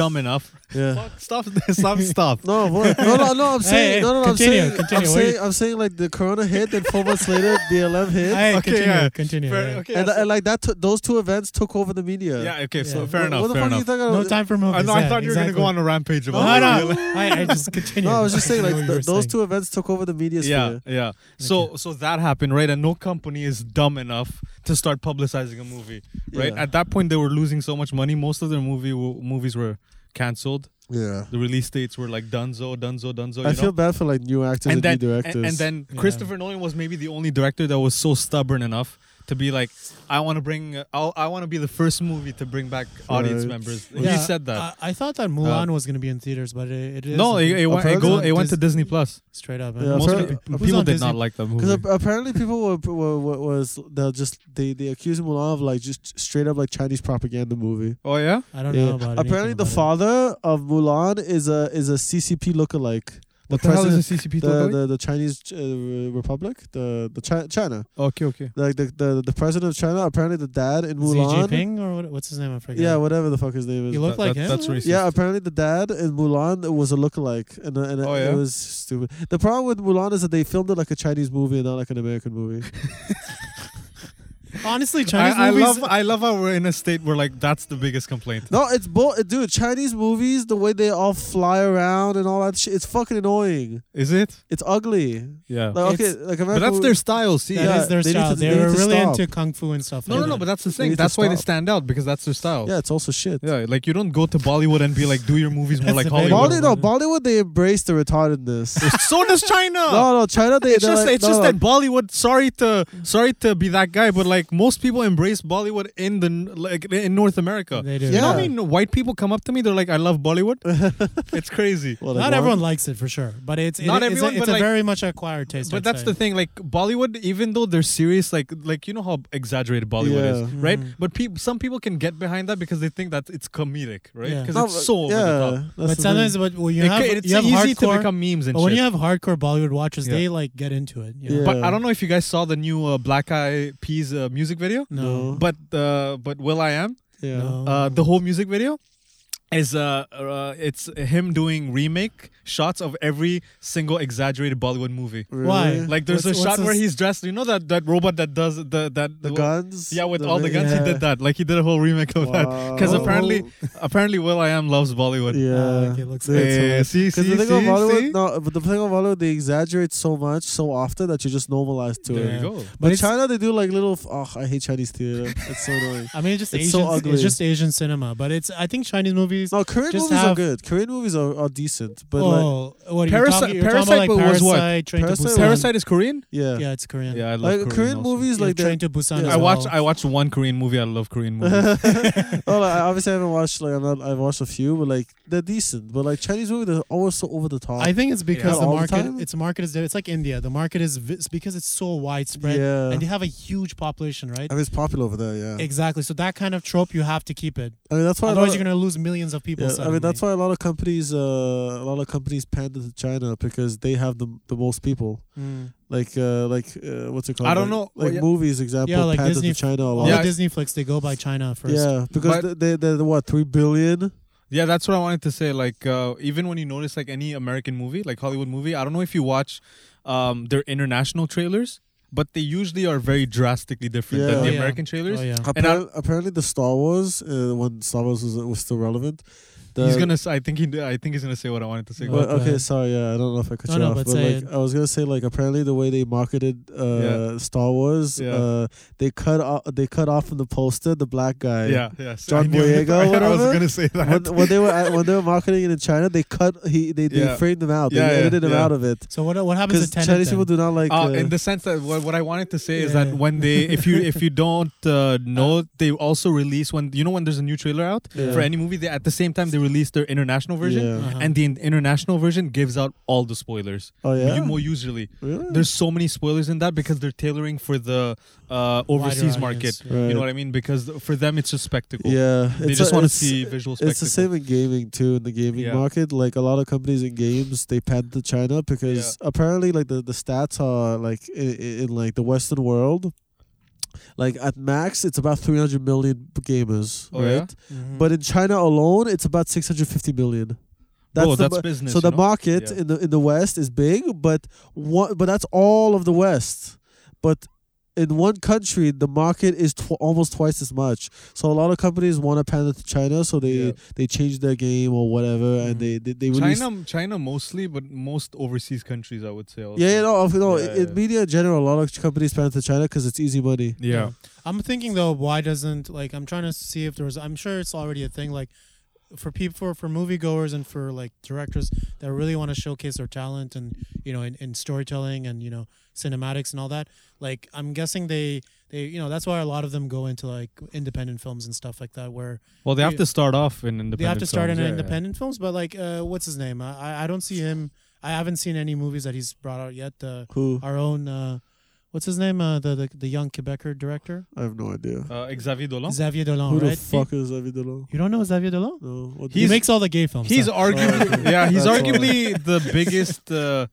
Speaker 2: dumb enough.
Speaker 3: Yeah.
Speaker 2: Fuck, stop, stop,
Speaker 3: [laughs]
Speaker 2: stop.
Speaker 3: No, what? no, no,
Speaker 2: [laughs]
Speaker 3: no, I'm saying,
Speaker 1: hey,
Speaker 3: no, no, no,
Speaker 1: continue,
Speaker 3: I'm saying,
Speaker 1: continue.
Speaker 3: I'm
Speaker 1: What are
Speaker 3: saying, I'm saying, like the Corona hit, then four months later, BLM
Speaker 2: [laughs]
Speaker 3: hit,
Speaker 1: Hey,
Speaker 2: Okay,
Speaker 1: continue,
Speaker 2: yeah.
Speaker 1: continue.
Speaker 2: Fair-
Speaker 1: yeah.
Speaker 2: okay,
Speaker 3: and, uh,
Speaker 2: so-
Speaker 3: and like that, took those two events took over the media.
Speaker 2: yeah, okay,
Speaker 1: Yeah.
Speaker 2: so fair
Speaker 3: What-
Speaker 2: enough,
Speaker 3: What the
Speaker 2: fair
Speaker 3: fuck
Speaker 2: enough.
Speaker 3: are you talking about?
Speaker 1: No time for movies.
Speaker 2: I, know- I
Speaker 1: yeah,
Speaker 2: thought you were
Speaker 1: exactly.
Speaker 2: gonna go on a rampage about
Speaker 1: No,
Speaker 2: it.
Speaker 1: no. I, I just continue.
Speaker 3: No, I was just
Speaker 1: [laughs]
Speaker 3: saying,
Speaker 1: Continue
Speaker 3: like
Speaker 1: what you were
Speaker 3: th- those
Speaker 1: saying.
Speaker 3: two events took over the media
Speaker 2: yeah,
Speaker 3: sphere.
Speaker 2: yeah. So so that happened, right? And no company is dumb enough to start publicizing a movie, right?
Speaker 3: Yeah.
Speaker 2: At that point, they were losing so much money. Most of their movie w- movies were canceled.
Speaker 3: Yeah,
Speaker 2: The release dates were like Dunzo, Dunzo, Dunzo. You
Speaker 3: I
Speaker 2: know?
Speaker 3: feel bad for like new actors and,
Speaker 2: and then
Speaker 3: new
Speaker 2: and,
Speaker 3: directors.
Speaker 2: and then
Speaker 1: Yeah.
Speaker 2: Christopher Nolan was maybe the only director that was so stubborn enough to be like, I want to bring, I'll, I want to be the first movie to bring back audience
Speaker 3: Right. Uh,
Speaker 2: members.
Speaker 1: Yeah,
Speaker 2: he said that. Uh,
Speaker 1: I, I thought that Mulan was gonna be in theaters, but it, it is
Speaker 2: no, it, it, went, it,
Speaker 3: Apparently
Speaker 2: go,
Speaker 1: on
Speaker 2: it went to
Speaker 1: Dis-
Speaker 2: Disney Plus.
Speaker 1: straight up.
Speaker 3: Yeah,
Speaker 2: Most
Speaker 3: apparently-
Speaker 2: people,
Speaker 1: who's
Speaker 2: people
Speaker 1: on
Speaker 2: did
Speaker 1: Disney?
Speaker 2: not like that movie.
Speaker 3: Because apparently people were, were, were was they'll just they they accused Mulan of like just straight up like Chinese propaganda movie.
Speaker 2: oh yeah,
Speaker 1: I don't
Speaker 3: Yeah.
Speaker 1: know about.
Speaker 3: Apparently
Speaker 1: anything
Speaker 3: the
Speaker 1: about it.
Speaker 3: father of Mulan is a is a CCP lookalike.
Speaker 2: what the hell
Speaker 3: president-
Speaker 2: is a CCP?
Speaker 3: The, the the Chinese uh, Republic, the the Chi- China,
Speaker 2: okay, okay.
Speaker 3: like the, the the president of China. Apparently the dad in
Speaker 1: Xi
Speaker 3: Mulan.
Speaker 1: Jinping or what, what's his name? I forget.
Speaker 3: Yeah, whatever the fuck his name is.
Speaker 1: He looked
Speaker 2: That-
Speaker 1: like
Speaker 2: that-
Speaker 1: him.
Speaker 2: that's racist.
Speaker 3: Yeah, apparently the dad in Mulan was a lookalike, and, uh, and
Speaker 2: Oh, yeah?
Speaker 3: it was stupid. The problem with Mulan is that they filmed it like a Chinese movie and not like an American movie.
Speaker 1: Honestly, Chinese
Speaker 2: I, I
Speaker 1: movies.
Speaker 2: love I love how we're in a state where like that's the biggest complaint.
Speaker 3: No, it's both, dude. Chinese movies, the way they all fly around and all that shit, it's fucking annoying.
Speaker 2: Is it?
Speaker 3: It's ugly.
Speaker 2: Yeah.
Speaker 3: Like okay,
Speaker 1: It's-
Speaker 3: like
Speaker 2: but
Speaker 3: American
Speaker 2: that's
Speaker 3: movie-
Speaker 2: their style. See,
Speaker 1: that
Speaker 3: Yeah,
Speaker 1: is their
Speaker 3: they need
Speaker 1: style.
Speaker 3: to- they
Speaker 1: They're
Speaker 3: need to
Speaker 1: really
Speaker 3: stop.
Speaker 1: into kung fu and stuff.
Speaker 2: no,
Speaker 1: like
Speaker 2: no, no.
Speaker 1: that.
Speaker 2: But that's the
Speaker 3: need
Speaker 2: thing.
Speaker 3: to
Speaker 2: That's why they
Speaker 3: stop.
Speaker 2: stand out because that's their style.
Speaker 3: Yeah, it's also shit.
Speaker 2: Yeah, like you don't go to Bollywood and be like, do your movies more
Speaker 1: That's the
Speaker 2: like
Speaker 1: best.
Speaker 2: Hollywood.
Speaker 3: Bollywood, no, Bollywood, they embrace the
Speaker 2: [laughs]
Speaker 3: retardedness.
Speaker 2: so does China.
Speaker 3: no, no, China, they.
Speaker 2: it's
Speaker 3: they're
Speaker 2: just,
Speaker 3: like,
Speaker 2: it's
Speaker 3: no,
Speaker 2: just
Speaker 3: no.
Speaker 2: that Bollywood. Sorry to, sorry to be that guy, but like most people embrace Bollywood in the like in North America.
Speaker 1: They do.
Speaker 2: You know
Speaker 3: Yeah.
Speaker 2: what I mean? White people come up to me, they're like, "I love Bollywood." [laughs] it's crazy.
Speaker 3: Well, they
Speaker 1: Not
Speaker 3: want-
Speaker 1: everyone likes it for sure, but it's it-
Speaker 2: Not
Speaker 1: it's,
Speaker 2: everyone,
Speaker 1: a, it's
Speaker 2: but
Speaker 1: a
Speaker 2: like-
Speaker 1: very much acquired taste.
Speaker 2: But
Speaker 1: I'd
Speaker 2: that's
Speaker 1: say.
Speaker 2: the thing, like Bollywood, even though they're serious, like like you know how exaggerated Bollywood
Speaker 3: Yeah.
Speaker 2: is, right?
Speaker 1: Mhm.
Speaker 2: But peop some people can get behind that because they think that it's comedic, right?
Speaker 1: Yeah.
Speaker 2: Because
Speaker 3: No,
Speaker 2: it's so over
Speaker 3: yeah,
Speaker 2: the top.
Speaker 3: that's the
Speaker 1: But
Speaker 3: thing.
Speaker 1: sometimes, but when you
Speaker 2: It
Speaker 1: have
Speaker 2: ca- it's
Speaker 1: you have
Speaker 2: easy to
Speaker 1: hardcore,
Speaker 2: become memes and
Speaker 1: but when
Speaker 2: shit.
Speaker 1: you have hardcore Bollywood watchers,
Speaker 2: Yeah.
Speaker 1: they like get into it. You know?
Speaker 3: Yeah.
Speaker 2: but I don't know if you guys saw the new uh, Black Eyed Peas uh, music video,
Speaker 1: No.
Speaker 2: but uh, but Will I Am,
Speaker 3: yeah.
Speaker 1: No.
Speaker 2: uh, the whole music video is uh, uh it's him doing remake shots of every single exaggerated Bollywood movie.
Speaker 3: Really?
Speaker 1: Why?
Speaker 2: Like there's
Speaker 1: What's-
Speaker 2: a shot
Speaker 1: what's
Speaker 2: where
Speaker 1: this-
Speaker 2: he's dressed. You know that that robot that does the that
Speaker 3: the guns?
Speaker 2: Yeah, with all the guns,
Speaker 1: yeah.
Speaker 2: he did that. Like he did a whole remake of that. Because
Speaker 1: Wow.
Speaker 2: apparently, apparently, Will I Am loves Bollywood.
Speaker 3: yeah,
Speaker 1: Ah, okay, looks
Speaker 3: Dude,
Speaker 1: good.
Speaker 3: it's
Speaker 2: Eh,
Speaker 3: hilarious.
Speaker 2: see, see,
Speaker 3: Because the thing
Speaker 2: see,
Speaker 3: about Bollywood,
Speaker 2: see?
Speaker 3: no, but the thing about Bollywood, they exaggerate so much, so often that you just normalize to
Speaker 2: There
Speaker 3: it.
Speaker 1: Yeah.
Speaker 2: you go.
Speaker 1: But
Speaker 3: But
Speaker 1: it's-
Speaker 3: China, they do like little. f- Oh, I hate Chinese theater. It's so annoying.
Speaker 1: I mean, it's just
Speaker 3: It's so
Speaker 1: Asian.
Speaker 3: ugly.
Speaker 1: It's just Asian cinema, but it's I think Chinese movies.
Speaker 3: No, Korean
Speaker 1: Just
Speaker 3: movies are
Speaker 1: have-
Speaker 3: good. Korean movies are, are decent, but like,
Speaker 1: oh, what are you
Speaker 2: Parasite-
Speaker 1: talking, you're talking about?
Speaker 2: Parasite
Speaker 1: Like
Speaker 2: was what?
Speaker 1: Parasite, Train
Speaker 3: Parasite
Speaker 1: to
Speaker 3: was-
Speaker 1: Busan.
Speaker 2: Parasite is Korean.
Speaker 3: yeah,
Speaker 1: Yeah, it's Korean.
Speaker 2: Yeah, I love
Speaker 3: like Korean,
Speaker 2: also.
Speaker 3: movies,
Speaker 1: Yeah,
Speaker 3: like
Speaker 1: Train
Speaker 3: [laughs] that.
Speaker 1: to Busan.
Speaker 3: Yeah.
Speaker 1: as
Speaker 2: I watched
Speaker 1: well.
Speaker 2: I watched one Korean movie. I love Korean movies.
Speaker 3: [laughs] no, like, I obviously haven't watched like I'm not, I've watched a few, but like they're decent. But like Chinese movies, they're always so over the top.
Speaker 1: I think it's because
Speaker 3: Yeah.
Speaker 1: the
Speaker 3: All the
Speaker 1: market,
Speaker 3: time?
Speaker 1: its market is there. It's like India. The market is vi- it's because it's so widespread,
Speaker 3: Yeah.
Speaker 1: and they have a huge population, right?
Speaker 3: I mean, it's popular over there, yeah.
Speaker 1: Exactly. So that kind of trope, you have to keep it.
Speaker 3: I mean, that's why. a
Speaker 1: Otherwise,
Speaker 3: lot-
Speaker 1: you're gonna lose millions of people.
Speaker 3: Yeah, I mean that's why a lot of companies, uh, a lot of companies pander to China because they have the the most people. Like, uh, like uh, what's it called?
Speaker 2: I don't
Speaker 3: Like-
Speaker 2: know. Oh,
Speaker 3: Like
Speaker 2: yeah.
Speaker 3: movies, example,
Speaker 1: Yeah, like
Speaker 3: pander
Speaker 1: Disney-
Speaker 3: to China a
Speaker 1: All
Speaker 3: lot.
Speaker 2: Yeah.
Speaker 1: the Disney flicks, they go by China first.
Speaker 3: Yeah, because
Speaker 2: But-
Speaker 3: they they're the, what three billion.
Speaker 2: yeah, that's what I wanted to say. Like uh, even when you notice like any American movie, like Hollywood movie, I don't know if you watch um, their international trailers, but they usually are very drastically different
Speaker 3: Yeah.
Speaker 2: than the
Speaker 1: Oh, yeah.
Speaker 2: American trailers.
Speaker 1: Oh yeah.
Speaker 3: Apparently, apparently the Star Wars uh, when Star Wars was, was still relevant. The, Oh,
Speaker 2: He's gonna. s- I think he. I think he's gonna say what I wanted to say.
Speaker 1: Well,
Speaker 3: Well,
Speaker 1: go ahead.
Speaker 3: okay, sorry. Yeah, I don't know if I cut
Speaker 1: No,
Speaker 3: you
Speaker 1: no,
Speaker 3: off,
Speaker 1: but
Speaker 3: but,
Speaker 1: say
Speaker 3: like
Speaker 1: it.
Speaker 3: I was gonna say, like apparently the way they marketed uh,
Speaker 2: Yeah.
Speaker 3: Star Wars,
Speaker 2: Yeah.
Speaker 3: uh, they cut off, they cut off from the poster the black guy.
Speaker 2: yeah, yeah. so
Speaker 3: John
Speaker 2: I knew-
Speaker 3: Boyega or
Speaker 2: [laughs] I was
Speaker 3: whatever?
Speaker 2: gonna say that. [laughs]
Speaker 3: When, when they were at, when they were marketing it in China, they cut he they, they
Speaker 2: Yeah.
Speaker 3: framed him out. They
Speaker 2: Yeah, yeah,
Speaker 3: edited him
Speaker 2: yeah.
Speaker 3: out of it
Speaker 1: So what what happens
Speaker 3: because
Speaker 1: to Tenet?
Speaker 3: Chinese
Speaker 1: then?
Speaker 3: people do not like.
Speaker 2: Uh,
Speaker 3: uh,
Speaker 2: in the sense that what, what I wanted to say is
Speaker 1: Yeah,
Speaker 2: that
Speaker 1: yeah.
Speaker 2: when they, if you if you
Speaker 3: [laughs]
Speaker 2: don't uh, know, they also release when you know when there's a new trailer out
Speaker 3: Yeah.
Speaker 2: for any movie. They at the same time they release their international version,
Speaker 3: Yeah.
Speaker 1: Uh-huh.
Speaker 2: and the in- international version gives out all the spoilers.
Speaker 3: oh yeah,
Speaker 2: You- More usually,
Speaker 3: really?
Speaker 2: there's so many spoilers in that because they're tailoring for the uh,
Speaker 1: Wider
Speaker 2: overseas
Speaker 1: audience,
Speaker 2: market.
Speaker 1: yeah.
Speaker 3: Right.
Speaker 2: You know what I mean? Because for them, it's a spectacle.
Speaker 3: yeah,
Speaker 2: They
Speaker 3: it's
Speaker 2: just
Speaker 3: a-
Speaker 2: want to
Speaker 3: it's-
Speaker 2: see visual spectacle.
Speaker 3: It's the same in gaming too. In the gaming
Speaker 2: Yeah.
Speaker 3: market, like a lot of companies in games, they patent to China because apparently, like the, the stats are like in, in like the Western world, like at max, it's about three hundred million gamers,
Speaker 2: Oh,
Speaker 3: right?
Speaker 2: yeah?
Speaker 1: Mhm.
Speaker 3: But in China alone, it's about six hundred fifty million.
Speaker 2: Bro,
Speaker 3: the
Speaker 2: that's
Speaker 3: ma-
Speaker 2: business,
Speaker 3: So the
Speaker 2: you know?
Speaker 3: market
Speaker 2: Yeah.
Speaker 3: in the in the West is big, but one, but that's all of the West. But in one country, the market is tw- almost twice as much. So a lot of companies want to pander to China, so they
Speaker 2: Yeah. Mm-hmm.
Speaker 3: they change their game or whatever, and they they, they release.
Speaker 2: China, China mostly, but most overseas countries, I would say. Also.
Speaker 3: Yeah, yeah, no, of- no.
Speaker 2: Yeah,
Speaker 3: in
Speaker 2: yeah.
Speaker 3: media in general, a lot of companies pander to China because it's easy money.
Speaker 2: yeah.
Speaker 1: I'm thinking though, why doesn't like I'm trying to see if there's I'm sure it's already a thing like for people for, for moviegoers and for like directors that really want to showcase their talent and you know in, in storytelling and you know cinematics and all that like i'm guessing they they you know that's why a lot of them go into like independent films and stuff like that where
Speaker 2: Well, they have
Speaker 1: Yeah.
Speaker 2: to start off in independent.
Speaker 1: they have to start
Speaker 2: films.
Speaker 1: in
Speaker 2: Yeah, yeah.
Speaker 1: independent films but like uh what's his name i I- i don't see him i haven't seen any movies that he's brought out yet uh,
Speaker 3: Who?
Speaker 1: our own uh what's his name uh the the, the young quebecer director
Speaker 3: I have no idea.
Speaker 2: Uh, Xavier Dolan.
Speaker 1: xavier dolan
Speaker 3: Who
Speaker 1: right
Speaker 3: the fuck is David Delon?
Speaker 1: You don't know Xavier Dolan?
Speaker 3: No, what
Speaker 1: he
Speaker 2: He's-
Speaker 1: makes all the gay films.
Speaker 2: He's
Speaker 1: huh?
Speaker 2: arguably
Speaker 3: okay.
Speaker 2: [laughs] yeah, he's
Speaker 3: That's
Speaker 2: arguably the biggest uh,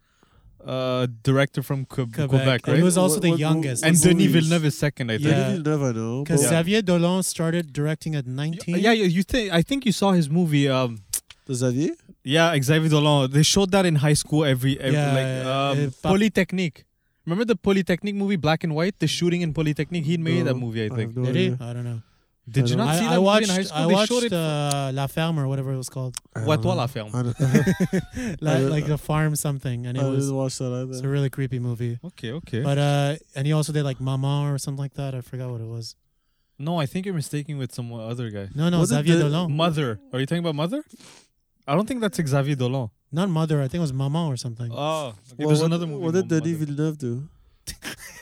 Speaker 2: uh, director from Que-
Speaker 1: Quebec.
Speaker 2: Quebec,
Speaker 1: And he
Speaker 2: right?
Speaker 1: was also
Speaker 3: What-
Speaker 1: the
Speaker 3: what mov-
Speaker 1: youngest.
Speaker 2: And
Speaker 3: what
Speaker 2: Denis
Speaker 3: movies?
Speaker 2: Villeneuve is second, I think.
Speaker 1: Yeah.
Speaker 2: Yeah,
Speaker 3: Denis Villeneuve, I know.
Speaker 1: because
Speaker 2: Yeah.
Speaker 3: but
Speaker 1: Xavier Dolan started directing at 19.
Speaker 2: yeah, you think I think you saw his movie. Um,
Speaker 3: Xavier?
Speaker 2: yeah, Xavier Dolan. They showed that in high school every, every
Speaker 1: Yeah,
Speaker 2: like um,
Speaker 1: uh, Pap-
Speaker 2: Polytechnique. Remember the Polytechnic movie, Black and White, the shooting in Polytechnic. He made that
Speaker 3: No,
Speaker 2: movie, I
Speaker 3: I
Speaker 2: think.
Speaker 3: have no
Speaker 1: Did he?
Speaker 3: idea.
Speaker 1: I don't know.
Speaker 2: Did you
Speaker 3: I
Speaker 2: not
Speaker 1: I,
Speaker 2: see that
Speaker 1: I
Speaker 2: movie
Speaker 1: watched.
Speaker 2: in high
Speaker 1: I
Speaker 2: school? they showed
Speaker 1: watched
Speaker 2: it.
Speaker 1: uh, La Ferme or whatever it was
Speaker 2: [laughs]
Speaker 1: called,
Speaker 3: I
Speaker 2: what
Speaker 3: don't know.
Speaker 2: what film?
Speaker 3: I
Speaker 2: [laughs]
Speaker 3: don't- [laughs] I
Speaker 1: La,
Speaker 3: didn't-
Speaker 1: like the farm something, and it was
Speaker 3: didn't watch that either.
Speaker 1: it's a really creepy movie.
Speaker 2: Okay, okay.
Speaker 1: But uh, and he also did like Mama or something like that. I forgot what it was.
Speaker 2: no, I think you're mistaking with some other guy.
Speaker 1: No, no,
Speaker 3: Was it
Speaker 1: Xavier
Speaker 3: the-
Speaker 1: Dolan.
Speaker 2: Mother. Are you talking about Mother? I don't think that's Xavier Dolan.
Speaker 1: Not mother. I think it was Mama or something. [laughs]
Speaker 2: Oh, okay,
Speaker 3: Well,
Speaker 2: there's
Speaker 3: what,
Speaker 2: another movie.
Speaker 3: What did
Speaker 2: named
Speaker 3: Denis
Speaker 2: Mother.
Speaker 3: Villeneuve do?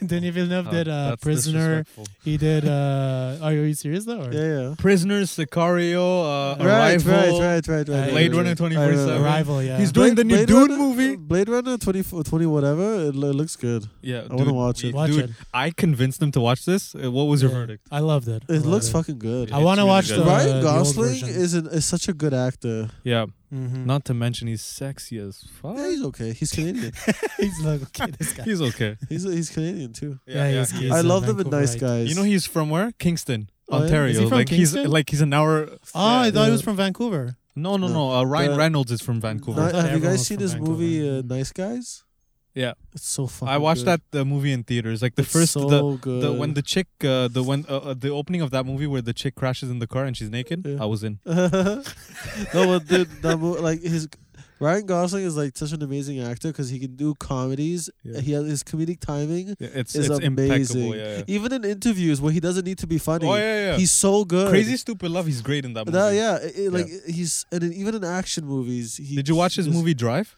Speaker 1: Denis Villeneuve
Speaker 2: Ah,
Speaker 1: did uh,
Speaker 2: that's
Speaker 1: Prisoner.
Speaker 2: disrespectful.
Speaker 1: He did. Uh, [laughs] are you are you serious though? or-
Speaker 3: Yeah, yeah.
Speaker 2: Prisoner, Sicario, uh,
Speaker 3: Right,
Speaker 2: Arrival.
Speaker 3: right, right, right, right.
Speaker 1: Uh,
Speaker 2: Blade
Speaker 3: right,
Speaker 2: Runner
Speaker 3: right.
Speaker 2: 2047.
Speaker 3: I remember.
Speaker 1: Arrival. Yeah.
Speaker 2: He's doing the new
Speaker 3: Blade
Speaker 2: Dune
Speaker 3: Runner-
Speaker 2: movie.
Speaker 3: Blade Runner 20, 20 whatever. It, lo- looks good.
Speaker 2: Yeah,
Speaker 3: wanna
Speaker 2: dude,
Speaker 3: watch
Speaker 2: we-
Speaker 3: it.
Speaker 1: Watch
Speaker 2: dude,
Speaker 1: it.
Speaker 2: I convinced him to watch this. Uh, What was your
Speaker 1: Yeah.
Speaker 2: verdict?
Speaker 1: I loved it. I
Speaker 3: It
Speaker 1: loved
Speaker 3: looks fucking good.
Speaker 1: I want to
Speaker 2: really
Speaker 1: watch
Speaker 2: good.
Speaker 1: the the
Speaker 3: Ryan
Speaker 1: old
Speaker 3: Gosling
Speaker 1: version.
Speaker 3: is an, is such a good actor.
Speaker 2: Yeah,
Speaker 1: Mhm.
Speaker 2: not to mention he's sexy as fuck. [laughs]
Speaker 3: Yeah, he's okay. He's [laughs] Canadian.
Speaker 1: he's like okay, this guy.
Speaker 2: He's okay.
Speaker 3: he's he's Canadian too.
Speaker 1: Yeah, he's- he's-
Speaker 3: I
Speaker 1: a
Speaker 3: love them in
Speaker 1: Vancouverite.
Speaker 3: nice guys.
Speaker 2: You know he's from where? Kingston,
Speaker 3: Oh, yeah?
Speaker 2: Ontario.
Speaker 1: Is he from
Speaker 2: like he's
Speaker 1: Kingston?
Speaker 2: like he's an hour.
Speaker 1: Oh, I thought he
Speaker 3: Yeah.
Speaker 1: was from Vancouver.
Speaker 2: No, no,
Speaker 3: No.
Speaker 2: no. Uh, Ryan
Speaker 3: Ah, The-
Speaker 2: Reynolds is from Vancouver.
Speaker 1: I
Speaker 3: Ni-
Speaker 1: thought
Speaker 3: have you
Speaker 1: everyone
Speaker 3: guys
Speaker 1: was
Speaker 3: seen
Speaker 1: from
Speaker 3: this movie uh,
Speaker 1: Vancouver.
Speaker 3: Nice Guys?
Speaker 2: Yeah.
Speaker 3: It's so fucking.
Speaker 2: I watched that
Speaker 3: good.
Speaker 2: the movie in theaters. Like the
Speaker 3: It's
Speaker 2: first
Speaker 3: so
Speaker 2: the,
Speaker 3: good.
Speaker 2: the when the chick uh, the when uh, uh, the opening of that movie where the chick crashes in the car and she's naked.
Speaker 3: Yeah.
Speaker 2: I was in.
Speaker 3: [laughs] no, but dude,
Speaker 2: [laughs]
Speaker 3: that mo- like his Ryan Gosling is like such an amazing actor because he can do comedies.
Speaker 2: Yeah.
Speaker 3: He has his comedic timing,
Speaker 2: Yeah, It's it's,
Speaker 3: It's amazing.
Speaker 2: impeccable. Yeah. yeah.
Speaker 3: even in interviews where he doesn't need to be funny.
Speaker 2: Oh yeah, yeah.
Speaker 3: He's so good.
Speaker 2: Crazy Stupid Love. He's great in that movie.
Speaker 3: That, yeah, it- it- like he's and in, even in action movies. He,
Speaker 2: Did you watch his
Speaker 3: just-
Speaker 2: movie Drive?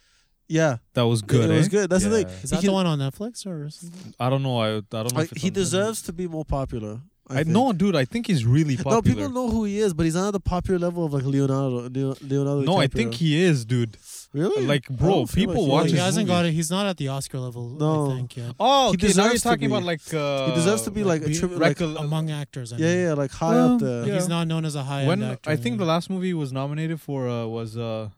Speaker 3: Yeah,
Speaker 2: That was good.
Speaker 3: It was
Speaker 2: eh?
Speaker 3: good. That's the
Speaker 2: Yeah.
Speaker 3: thing.
Speaker 1: Is
Speaker 3: He
Speaker 1: that
Speaker 3: can-
Speaker 1: the one on Netflix or something?
Speaker 2: I don't know. I, I don't know.
Speaker 3: Like,
Speaker 2: if it's
Speaker 3: he
Speaker 2: on Netflix.
Speaker 3: deserves to be more popular. I,
Speaker 2: I
Speaker 3: think.
Speaker 2: no, dude. I think he's really
Speaker 3: No,
Speaker 2: popular.
Speaker 3: people know who he is, but he's not at the popular level of like Leonardo. Leo- Leonardo.
Speaker 2: No, I
Speaker 3: DiCaprio.
Speaker 2: think he is, dude.
Speaker 3: really
Speaker 2: like,
Speaker 3: I
Speaker 2: bro,
Speaker 3: don't feel
Speaker 2: people watch
Speaker 3: he
Speaker 1: Well,
Speaker 3: is.
Speaker 1: he
Speaker 2: his
Speaker 1: hasn't
Speaker 2: movie.
Speaker 1: got it. He's not at the Oscar level.
Speaker 3: No.
Speaker 1: I think yet.
Speaker 2: Oh,
Speaker 3: He
Speaker 2: okay. Now you're
Speaker 3: deserves to
Speaker 2: talking
Speaker 3: be.
Speaker 2: about like uh,
Speaker 3: He deserves to be like a
Speaker 1: be-
Speaker 3: tribute. Like,
Speaker 2: Recol-
Speaker 1: Among actors. I
Speaker 3: yeah,
Speaker 1: mean.
Speaker 3: yeah, like high
Speaker 2: Well,
Speaker 3: up there.
Speaker 1: Like,
Speaker 2: Yeah.
Speaker 1: He's not known as a high
Speaker 2: when
Speaker 1: end actor.
Speaker 2: I think the
Speaker 1: anymore.
Speaker 2: last movie he was nominated for uh, was uh,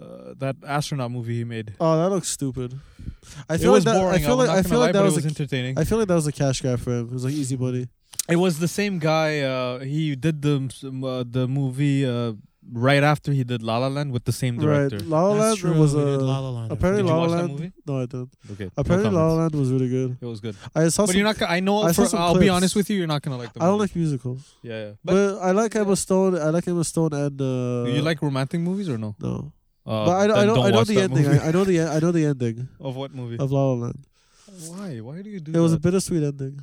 Speaker 2: uh, that astronaut movie he made.
Speaker 3: Oh, that looks stupid. I
Speaker 2: It
Speaker 3: feel
Speaker 2: was
Speaker 3: like that.
Speaker 2: boring.
Speaker 3: I feel like I feel like that was.
Speaker 2: was
Speaker 3: a,
Speaker 2: entertaining.
Speaker 3: I feel like that was a cash grab for him. It was like easy money.
Speaker 2: It was the same guy. Uh, he did the some, uh, the movie uh, right after he did La La Land with the same director.
Speaker 3: Right, La La
Speaker 1: That's
Speaker 3: Land
Speaker 1: true,
Speaker 3: was
Speaker 1: we did La
Speaker 3: a.
Speaker 1: La Land.
Speaker 3: Apparently,
Speaker 2: Did you
Speaker 3: La La
Speaker 2: watch that
Speaker 3: Land.
Speaker 2: movie?
Speaker 3: No, I didn't.
Speaker 2: Okay. no
Speaker 3: Apparently, La La
Speaker 2: comments.
Speaker 3: Land was really good.
Speaker 2: It was good.
Speaker 3: I saw
Speaker 2: But
Speaker 3: some.
Speaker 2: you're not. I know.
Speaker 3: I saw
Speaker 2: for,
Speaker 3: some
Speaker 2: I'll be
Speaker 3: clips.
Speaker 2: honest with you. You're not gonna like the movie.
Speaker 3: I don't like musicals,
Speaker 2: Yeah, yeah. But,
Speaker 3: but, I like Emma Stone. I like Emma Stone and. Uh,
Speaker 2: do you like romantic movies or no?
Speaker 3: No,
Speaker 2: Uh,
Speaker 3: but I, don't- I
Speaker 2: then
Speaker 3: know. I know
Speaker 2: watch
Speaker 3: the
Speaker 2: that
Speaker 3: ending.
Speaker 2: movie.
Speaker 3: I, I know the. en- I know the ending
Speaker 2: [laughs] of what movie?
Speaker 3: of La La Land.
Speaker 2: Why? Why do you do
Speaker 3: It was a
Speaker 2: that?
Speaker 3: bittersweet ending.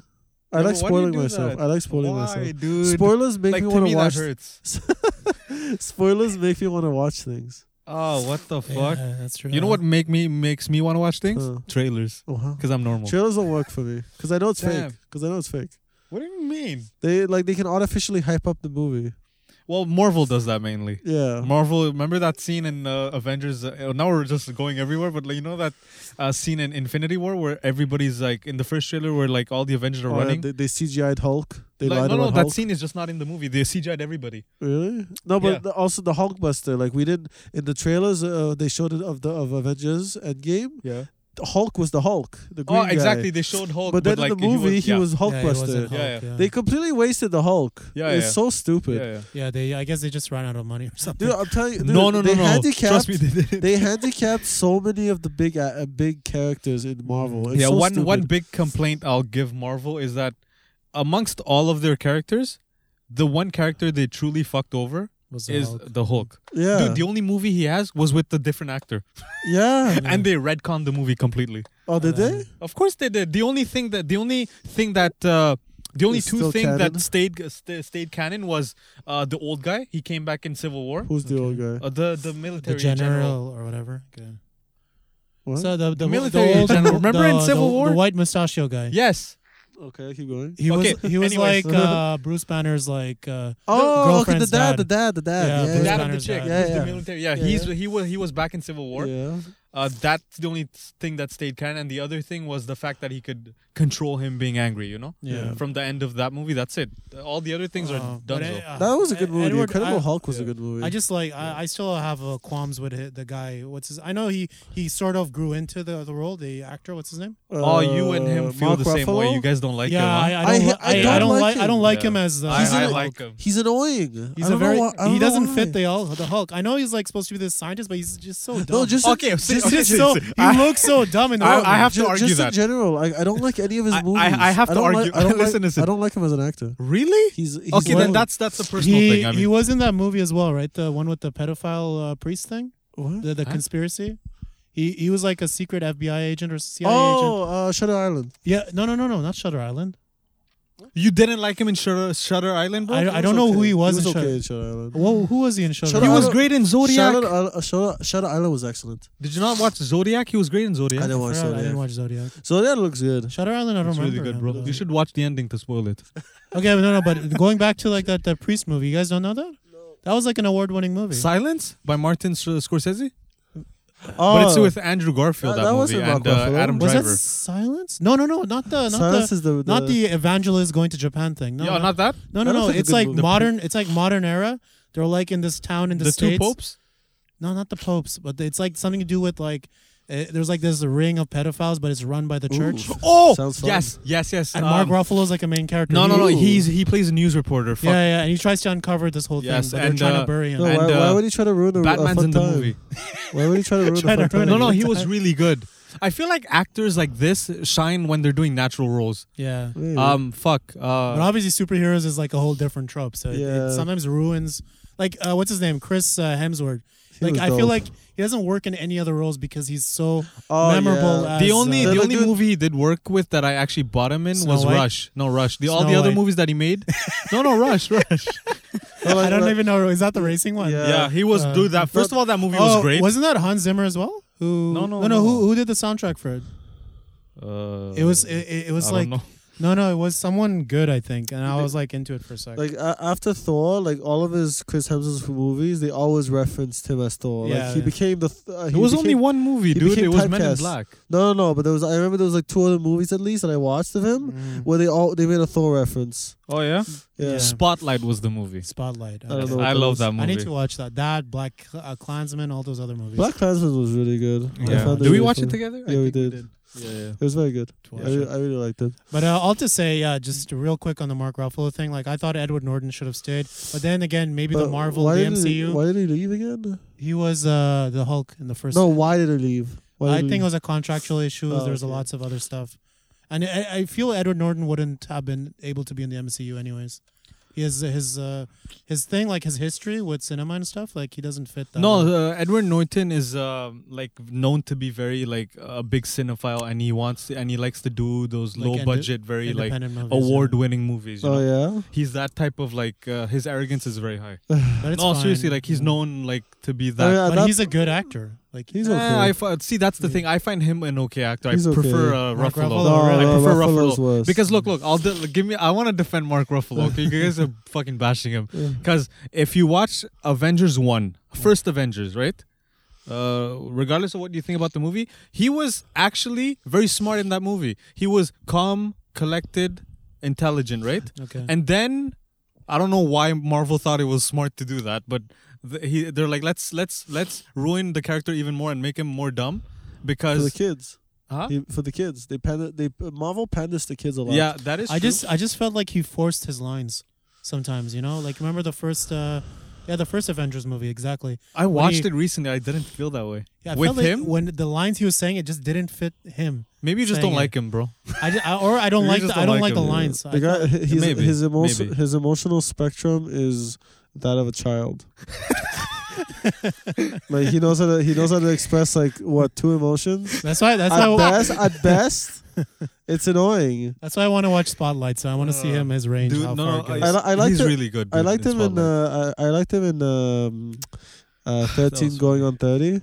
Speaker 3: I
Speaker 2: Yeah,
Speaker 3: like
Speaker 2: but why do you
Speaker 3: spoiling
Speaker 2: do
Speaker 3: myself.
Speaker 2: that?
Speaker 3: I like spoiling
Speaker 2: Why,
Speaker 3: myself.
Speaker 2: dude?
Speaker 3: Spoilers make
Speaker 2: like
Speaker 3: me
Speaker 2: to
Speaker 3: want
Speaker 2: me
Speaker 3: to watch.
Speaker 2: that hurts.
Speaker 3: [laughs] Spoilers make me want to watch things.
Speaker 2: Oh, what the
Speaker 1: Yeah,
Speaker 2: fuck?
Speaker 1: that's true.
Speaker 2: You know what make me makes me want to watch things?
Speaker 3: Huh.
Speaker 2: Trailers,
Speaker 3: Oh, wow.
Speaker 2: because I'm normal.
Speaker 3: Trailers don't work for me because I know it's
Speaker 2: Damn.
Speaker 3: fake. Because I know it's fake.
Speaker 2: what do you mean?
Speaker 3: They like they can artificially hype up the movie.
Speaker 2: Well, Marvel does that mainly.
Speaker 3: Yeah.
Speaker 2: Marvel, remember that scene in uh, Avengers? Uh, now we're just going everywhere, but like, you know that uh, scene in Infinity War where everybody's like in the first trailer where like all the Avengers are
Speaker 3: Oh, yeah,
Speaker 2: running.
Speaker 3: they, they CGI'd Hulk. They
Speaker 2: Like,
Speaker 3: lied
Speaker 2: no, no,
Speaker 3: about
Speaker 2: that
Speaker 3: Hulk.
Speaker 2: scene is just not in the movie. They CGI'd everybody.
Speaker 3: Really? No, but
Speaker 2: Yeah.
Speaker 3: the, also the Hulkbuster. Like we did in the trailers, uh, they showed it of the of Avengers Endgame.
Speaker 2: Yeah.
Speaker 3: Hulk was the Hulk. The green
Speaker 2: Oh,
Speaker 3: guy.
Speaker 2: exactly. They showed Hulk,
Speaker 3: But then
Speaker 2: like,
Speaker 3: in the movie,
Speaker 2: yeah.
Speaker 3: he was,
Speaker 1: Yeah, he wasn't
Speaker 3: Hulkbuster.
Speaker 1: Hulk,
Speaker 2: Yeah,
Speaker 1: yeah.
Speaker 3: They completely wasted the Hulk.
Speaker 2: Yeah,
Speaker 3: it's
Speaker 2: yeah.
Speaker 3: so stupid.
Speaker 2: Yeah, yeah.
Speaker 1: Yeah, they. I guess they just ran out of money or something.
Speaker 3: Dude, I'm telling you, dude,
Speaker 2: no, no, no,
Speaker 3: they
Speaker 2: no.
Speaker 3: handicapped
Speaker 2: Trust me, they did.
Speaker 3: they handicapped so many of the big uh, big characters in Marvel. It's
Speaker 2: yeah,
Speaker 3: so
Speaker 2: one
Speaker 3: stupid.
Speaker 2: one big complaint I'll give Marvel is that amongst all of their characters, the one character they truly fucked over
Speaker 1: was uh, the
Speaker 2: is
Speaker 1: Hulk.
Speaker 2: the Hulk.
Speaker 3: yeah,
Speaker 2: Dude, the only movie he has was with a different actor,
Speaker 3: yeah.
Speaker 2: and they redcon the movie completely.
Speaker 3: Oh, did they?
Speaker 2: Of course they did. The only thing that the only thing that uh, the only
Speaker 3: It's
Speaker 2: two
Speaker 3: still
Speaker 2: things
Speaker 3: canon?
Speaker 2: that stayed uh, st- stayed canon was uh, the old guy. He came back in Civil War.
Speaker 3: Who's the old guy?
Speaker 2: Uh, the the
Speaker 1: the
Speaker 2: military
Speaker 1: general, or whatever. Okay.
Speaker 3: What?
Speaker 1: So the the
Speaker 2: Military
Speaker 1: the old,
Speaker 2: general. Remember in
Speaker 1: the-
Speaker 2: Civil
Speaker 1: the-
Speaker 2: War?
Speaker 1: the white mustachio guy.
Speaker 2: Yes.
Speaker 3: okay, keep going.
Speaker 1: He was
Speaker 2: Okay,
Speaker 1: he was
Speaker 2: anyways.
Speaker 1: like uh, Bruce Banner's like uh,
Speaker 3: Oh, okay, the
Speaker 1: girlfriend's
Speaker 3: dad,
Speaker 1: dad.
Speaker 3: the dad, the dad.
Speaker 1: Yeah,
Speaker 3: Yeah,
Speaker 1: Bruce
Speaker 3: yeah.
Speaker 2: Dad of the
Speaker 1: Banner's
Speaker 2: chick.
Speaker 1: dad.
Speaker 2: Yeah,
Speaker 3: Yeah, yeah.
Speaker 2: The military. Yeah,
Speaker 3: Yeah,
Speaker 2: he's
Speaker 3: yeah.
Speaker 2: he was he was back in Civil War.
Speaker 3: Yeah.
Speaker 2: Uh, that's the only thing that stayed canon. And the other thing was the fact that he could control him being angry. You know,
Speaker 1: Yeah.
Speaker 2: from the end of that movie, that's it. All the other things
Speaker 1: uh,
Speaker 2: are
Speaker 1: but
Speaker 2: done.
Speaker 1: I- uh,
Speaker 3: That was a good
Speaker 1: Ed-
Speaker 3: movie.
Speaker 1: Edward,
Speaker 3: Incredible
Speaker 1: I-
Speaker 3: Hulk was a
Speaker 2: uh, yeah.
Speaker 3: good movie.
Speaker 1: I just like I, I still have uh, qualms with hi- the guy. What's his? I know he he sort of grew into the the role. The actor. What's his name?
Speaker 2: oh, you and
Speaker 3: uh,
Speaker 2: him feel
Speaker 3: Mark
Speaker 2: the same way.
Speaker 3: Ruffalo?
Speaker 2: You guys don't like
Speaker 1: yeah,
Speaker 2: him.
Speaker 1: I, I don't.
Speaker 3: I
Speaker 1: li-
Speaker 3: ha- I
Speaker 1: I, I,
Speaker 3: don't
Speaker 1: don't
Speaker 3: like
Speaker 1: like. I don't
Speaker 3: him.
Speaker 1: like
Speaker 2: Yeah.
Speaker 1: him as. Uh,
Speaker 2: I,
Speaker 3: He's
Speaker 2: I,
Speaker 3: a-
Speaker 2: like him.
Speaker 3: He's annoying.
Speaker 1: He's a
Speaker 3: I don't know
Speaker 1: very.
Speaker 3: why-
Speaker 1: he
Speaker 3: I don't know
Speaker 1: doesn't
Speaker 3: why.
Speaker 1: fit the Hulk, the Hulk. I know he's like supposed to be this scientist, but he's just so dumb.
Speaker 3: No, just in-
Speaker 2: Okay,
Speaker 1: He's
Speaker 2: sit-
Speaker 3: okay,
Speaker 1: just so.
Speaker 2: sit-
Speaker 1: He
Speaker 2: I-
Speaker 1: looks so dumb in the
Speaker 2: I-
Speaker 1: movie.
Speaker 2: I have to
Speaker 3: ju-
Speaker 2: argue
Speaker 3: just
Speaker 2: that.
Speaker 3: in general. I, I don't like any of his
Speaker 2: I- I-
Speaker 3: movies.
Speaker 2: I have to
Speaker 3: don't
Speaker 2: argue-
Speaker 3: Like, I don't
Speaker 2: [laughs] Listen,
Speaker 3: like,
Speaker 2: listen.
Speaker 3: I don't like him as an actor.
Speaker 2: Really?
Speaker 3: He's, he's
Speaker 2: okay,
Speaker 3: one-
Speaker 2: then that's that's a personal
Speaker 1: he,
Speaker 2: thing. I
Speaker 1: he
Speaker 2: mean,
Speaker 1: was in that movie as well, right? The one with the pedophile uh, priest thing,
Speaker 3: What?
Speaker 1: the, the
Speaker 2: Huh?
Speaker 1: conspiracy. He he was like a secret FBI agent or CIA agent.
Speaker 3: Oh, uh, Shutter Island.
Speaker 1: Yeah, no, no, no, no, not Shutter Island.
Speaker 2: you didn't like him in Shutter, Shutter Island, bro.
Speaker 1: I,
Speaker 3: He
Speaker 1: I
Speaker 3: was
Speaker 1: don't know who
Speaker 3: okay.
Speaker 1: he was, in
Speaker 3: okay
Speaker 1: Shutter.
Speaker 3: in Shutter Island.
Speaker 1: Whoa, who was he in Shutter?
Speaker 3: Shutter
Speaker 2: he
Speaker 1: Island?
Speaker 2: was
Speaker 3: Island-
Speaker 2: great in Zodiac.
Speaker 3: Shutter, Isle- Shutter, Shutter Island was excellent.
Speaker 2: Did you not watch Zodiac? He was great in Zodiac.
Speaker 3: I didn't
Speaker 1: I
Speaker 3: watch
Speaker 1: forgot, I didn't
Speaker 3: Zodiac.
Speaker 1: watch Zodiac.
Speaker 3: Zodiac looks good.
Speaker 1: Shutter Island, I don't
Speaker 2: It's really
Speaker 1: remember.
Speaker 2: good,
Speaker 1: him,
Speaker 2: bro.
Speaker 1: though.
Speaker 2: You should watch the ending to spoil it.
Speaker 1: Okay, but no, no, but going back to like that, that priest movie, you guys don't know that? That was like an award-winning movie.
Speaker 2: Silence by Martin S- Scorsese,
Speaker 3: Oh,
Speaker 2: but it's with Andrew Garfield. That,
Speaker 3: That- that
Speaker 2: movie
Speaker 3: wasn't
Speaker 2: and
Speaker 3: Mark
Speaker 2: uh,
Speaker 3: Ruffalo.
Speaker 2: Adam
Speaker 1: was
Speaker 2: Driver.
Speaker 1: that Silence? No, no, no, not the, not
Speaker 3: Silence
Speaker 1: the,
Speaker 3: is the, the
Speaker 1: not the evangelist going to Japan thing. No,
Speaker 2: yeah,
Speaker 1: no.
Speaker 2: not that.
Speaker 1: No, no,
Speaker 3: That
Speaker 1: no.
Speaker 3: looks like a
Speaker 1: it's
Speaker 3: good
Speaker 1: like
Speaker 3: movie.
Speaker 1: modern. It's like modern era. They're like in this town in the,
Speaker 2: The two
Speaker 1: states.
Speaker 2: popes.
Speaker 1: No, not the popes, but it's like something to do with like uh, there's like this ring of pedophiles, but it's run by the church.
Speaker 3: Ooh.
Speaker 2: Oh,
Speaker 3: Sounds fun.
Speaker 2: yes, yes, yes.
Speaker 1: And
Speaker 2: um,
Speaker 1: Mark Ruffalo's like a main character.
Speaker 2: No, no, no.
Speaker 3: Ooh.
Speaker 2: He's he plays a news reporter. Fuck.
Speaker 1: Yeah, yeah, and he tries to uncover this whole
Speaker 2: Yes,
Speaker 1: thing, but they're
Speaker 2: and,
Speaker 1: trying
Speaker 2: uh,
Speaker 1: to bury him.
Speaker 3: No,
Speaker 2: and,
Speaker 3: why,
Speaker 2: uh,
Speaker 3: why would he try to ruin a, a
Speaker 1: uh,
Speaker 2: Batman's
Speaker 3: fun
Speaker 2: in the
Speaker 3: time?
Speaker 2: movie.
Speaker 3: Why would he try to ruin a
Speaker 1: Try to
Speaker 3: fun
Speaker 1: ruin
Speaker 3: time?
Speaker 1: it.
Speaker 2: No, no, he
Speaker 1: Good
Speaker 2: was
Speaker 1: time.
Speaker 2: really good. I feel like actors like this shine when they're doing natural roles.
Speaker 1: yeah,
Speaker 3: Really?
Speaker 2: Um, fuck.
Speaker 1: but
Speaker 2: Uh,
Speaker 1: obviously superheroes is like a whole different trope. So it,
Speaker 3: Yeah.
Speaker 1: it sometimes ruins. Like uh, what's his name, Chris uh, Hemsworth.
Speaker 3: He
Speaker 1: Like
Speaker 3: was
Speaker 1: I feel
Speaker 3: dope.
Speaker 1: like he doesn't work in any other roles because he's so
Speaker 3: Oh,
Speaker 1: memorable.
Speaker 3: yeah.
Speaker 1: As,
Speaker 2: the only
Speaker 1: uh,
Speaker 2: the
Speaker 3: They're like
Speaker 2: only
Speaker 3: doing-
Speaker 2: movie he did work with that I actually bought him in
Speaker 1: Snow
Speaker 2: was
Speaker 1: White?
Speaker 2: Rush. No, Rush. The, all
Speaker 1: Snow
Speaker 2: the other
Speaker 1: White.
Speaker 2: movies that he
Speaker 1: [laughs]
Speaker 2: made. no, no, Rush, Rush.
Speaker 3: No, like-
Speaker 1: I don't
Speaker 3: like-
Speaker 1: even know. Is that the racing one?
Speaker 3: Yeah.
Speaker 2: yeah, oh, he was
Speaker 1: Uh,
Speaker 2: dude. That first of all, that movie was great.
Speaker 1: Oh, Wasn't that Hans Zimmer as well? Who?
Speaker 2: No, no,
Speaker 1: no, Who,
Speaker 2: no.
Speaker 1: who did the soundtrack for it?
Speaker 2: Uh,
Speaker 1: It was, it, it it was
Speaker 2: I
Speaker 1: like,
Speaker 2: don't know.
Speaker 1: no, no, it was someone good, I think, and I was like into it for a second.
Speaker 3: Like a after Thor, like all of his Chris Hemsworth movies, they always referenced him as Thor.
Speaker 1: Yeah,
Speaker 3: like he
Speaker 1: yeah.
Speaker 3: became the. Th- uh,
Speaker 2: It
Speaker 3: he
Speaker 2: was only
Speaker 3: became-
Speaker 2: one movie,
Speaker 3: he
Speaker 2: dude.
Speaker 3: became
Speaker 2: It was Men in
Speaker 3: typecast.
Speaker 2: Black.
Speaker 3: No, no, no. But there was. I remember there was like two other movies at least that I watched of him where they all they made a Thor reference.
Speaker 2: Oh yeah.
Speaker 3: Yeah.
Speaker 1: Mm. Yeah.
Speaker 2: Spotlight was the movie.
Speaker 1: Spotlight.
Speaker 3: I don't know. what
Speaker 2: I
Speaker 3: that
Speaker 2: love
Speaker 3: was.
Speaker 2: that
Speaker 1: I
Speaker 2: movie.
Speaker 1: need to watch that. That Black Cl- uh, Klansman, all those other movies.
Speaker 3: Black Klansman was really good. I
Speaker 2: yeah.
Speaker 3: found
Speaker 2: Did we
Speaker 3: really
Speaker 2: watch
Speaker 3: fun.
Speaker 2: it together? I
Speaker 3: Yeah, we
Speaker 2: think
Speaker 3: did.
Speaker 2: Yeah, yeah.
Speaker 3: It was very good.
Speaker 1: To
Speaker 3: I,
Speaker 1: watch
Speaker 3: really,
Speaker 1: it.
Speaker 3: I really liked it.
Speaker 1: But uh, all to say, yeah, just real quick on the Mark Ruffalo thing. Like I thought Edward Norton should have stayed, but then again, maybe the
Speaker 3: But
Speaker 1: Marvel,
Speaker 3: why
Speaker 1: the
Speaker 3: did He,
Speaker 1: MCU.
Speaker 3: why did he leave again?
Speaker 1: he was uh, the Hulk in the first.
Speaker 3: No, why did he leave? Why did
Speaker 1: I
Speaker 3: he
Speaker 1: think it
Speaker 3: leave?
Speaker 1: was a contractual issue.
Speaker 3: Oh,
Speaker 1: There's a
Speaker 3: okay.
Speaker 1: lots of other stuff, and I, I feel Edward Norton wouldn't have been able to be in the MCU anyways. He has his uh, his thing like his history with cinema and stuff. Like he doesn't fit that.
Speaker 2: No,
Speaker 1: one.
Speaker 2: uh, Edward Norton is uh, like known to be very like a big cinephile, and he wants and he likes to do those
Speaker 1: Like
Speaker 2: low
Speaker 1: indi-
Speaker 2: budget, very like
Speaker 1: Independent movies, yeah.
Speaker 2: award-winning movies. You know?
Speaker 3: Oh yeah.
Speaker 2: He's that type of like uh, his arrogance is very high.
Speaker 1: But it's
Speaker 2: no, seriously,
Speaker 1: fine.
Speaker 2: like he's known like to be
Speaker 3: I mean,
Speaker 2: that.
Speaker 3: at
Speaker 1: But
Speaker 3: that-
Speaker 1: he's a good actor. Like
Speaker 3: He's
Speaker 2: Eh,
Speaker 3: okay.
Speaker 2: I fi- see. That's the thing. I find him an okay actor.
Speaker 3: He's
Speaker 2: I
Speaker 3: okay.
Speaker 2: prefer uh,
Speaker 1: Mark
Speaker 2: Ruffalo.
Speaker 1: Ruffalo,
Speaker 3: no,
Speaker 1: really.
Speaker 2: I
Speaker 3: no,
Speaker 2: prefer
Speaker 3: Ruffalo's
Speaker 2: Ruffalo
Speaker 3: worse.
Speaker 2: because look, look. I'll de- give me. I want to defend Mark Ruffalo. Okay, you guys are [laughs] fucking bashing him.
Speaker 3: Yeah.
Speaker 2: Because if you watch Avengers 1, first Avengers, right? Uh, regardless of what you think about the movie, he was actually very smart in that movie. He was calm, collected, intelligent, right?
Speaker 1: okay.
Speaker 2: Mm-hmm. And then I don't know why Marvel thought it was smart to do that, but th- he, they're like, let's let's let's ruin the character even more and make him more dumb,
Speaker 3: for the
Speaker 2: because
Speaker 3: kids.
Speaker 2: Huh?
Speaker 3: He- for the kids, they pan- they Marvel panders the kids a lot.
Speaker 2: yeah, that is.
Speaker 1: I
Speaker 2: true.
Speaker 1: just I just felt like he forced his lines sometimes. You know, like remember the first. Uh, yeah, the first Avengers movie, exactly.
Speaker 2: I watched
Speaker 1: he-
Speaker 2: it recently. I didn't feel that way
Speaker 1: Yeah, I
Speaker 2: with
Speaker 1: felt like
Speaker 2: him.
Speaker 1: when the lines he was saying it just didn't fit him.
Speaker 2: Maybe you just
Speaker 1: saying
Speaker 2: don't
Speaker 1: it.
Speaker 2: like him, bro.
Speaker 1: I, ju- I or I don't
Speaker 2: [laughs] You
Speaker 1: like the,
Speaker 2: just
Speaker 1: I
Speaker 2: don't
Speaker 1: don't like
Speaker 2: like
Speaker 1: the
Speaker 2: him.
Speaker 1: lines.
Speaker 3: the
Speaker 1: I
Speaker 3: guy,
Speaker 1: felt-
Speaker 3: his
Speaker 2: Maybe,
Speaker 3: his emotion
Speaker 2: maybe.
Speaker 3: his emotional spectrum is that of a
Speaker 2: [laughs]
Speaker 3: child. like he knows how to he knows how to express like what two emotions.
Speaker 1: that's why that's
Speaker 3: at
Speaker 1: why
Speaker 3: best,
Speaker 2: [laughs]
Speaker 3: at best, it's annoying.
Speaker 1: That's why I want to watch Spotlight. So I want to see
Speaker 2: Uh,
Speaker 1: him his range. how far it goes.
Speaker 3: I li- I liked
Speaker 2: he's
Speaker 3: it-
Speaker 2: really good.
Speaker 3: I
Speaker 2: dude,
Speaker 3: liked him in
Speaker 2: Spotlight.
Speaker 3: uh, I, I liked him in um,
Speaker 2: [sighs]
Speaker 3: uh, thirteen
Speaker 2: was
Speaker 3: going on thirty.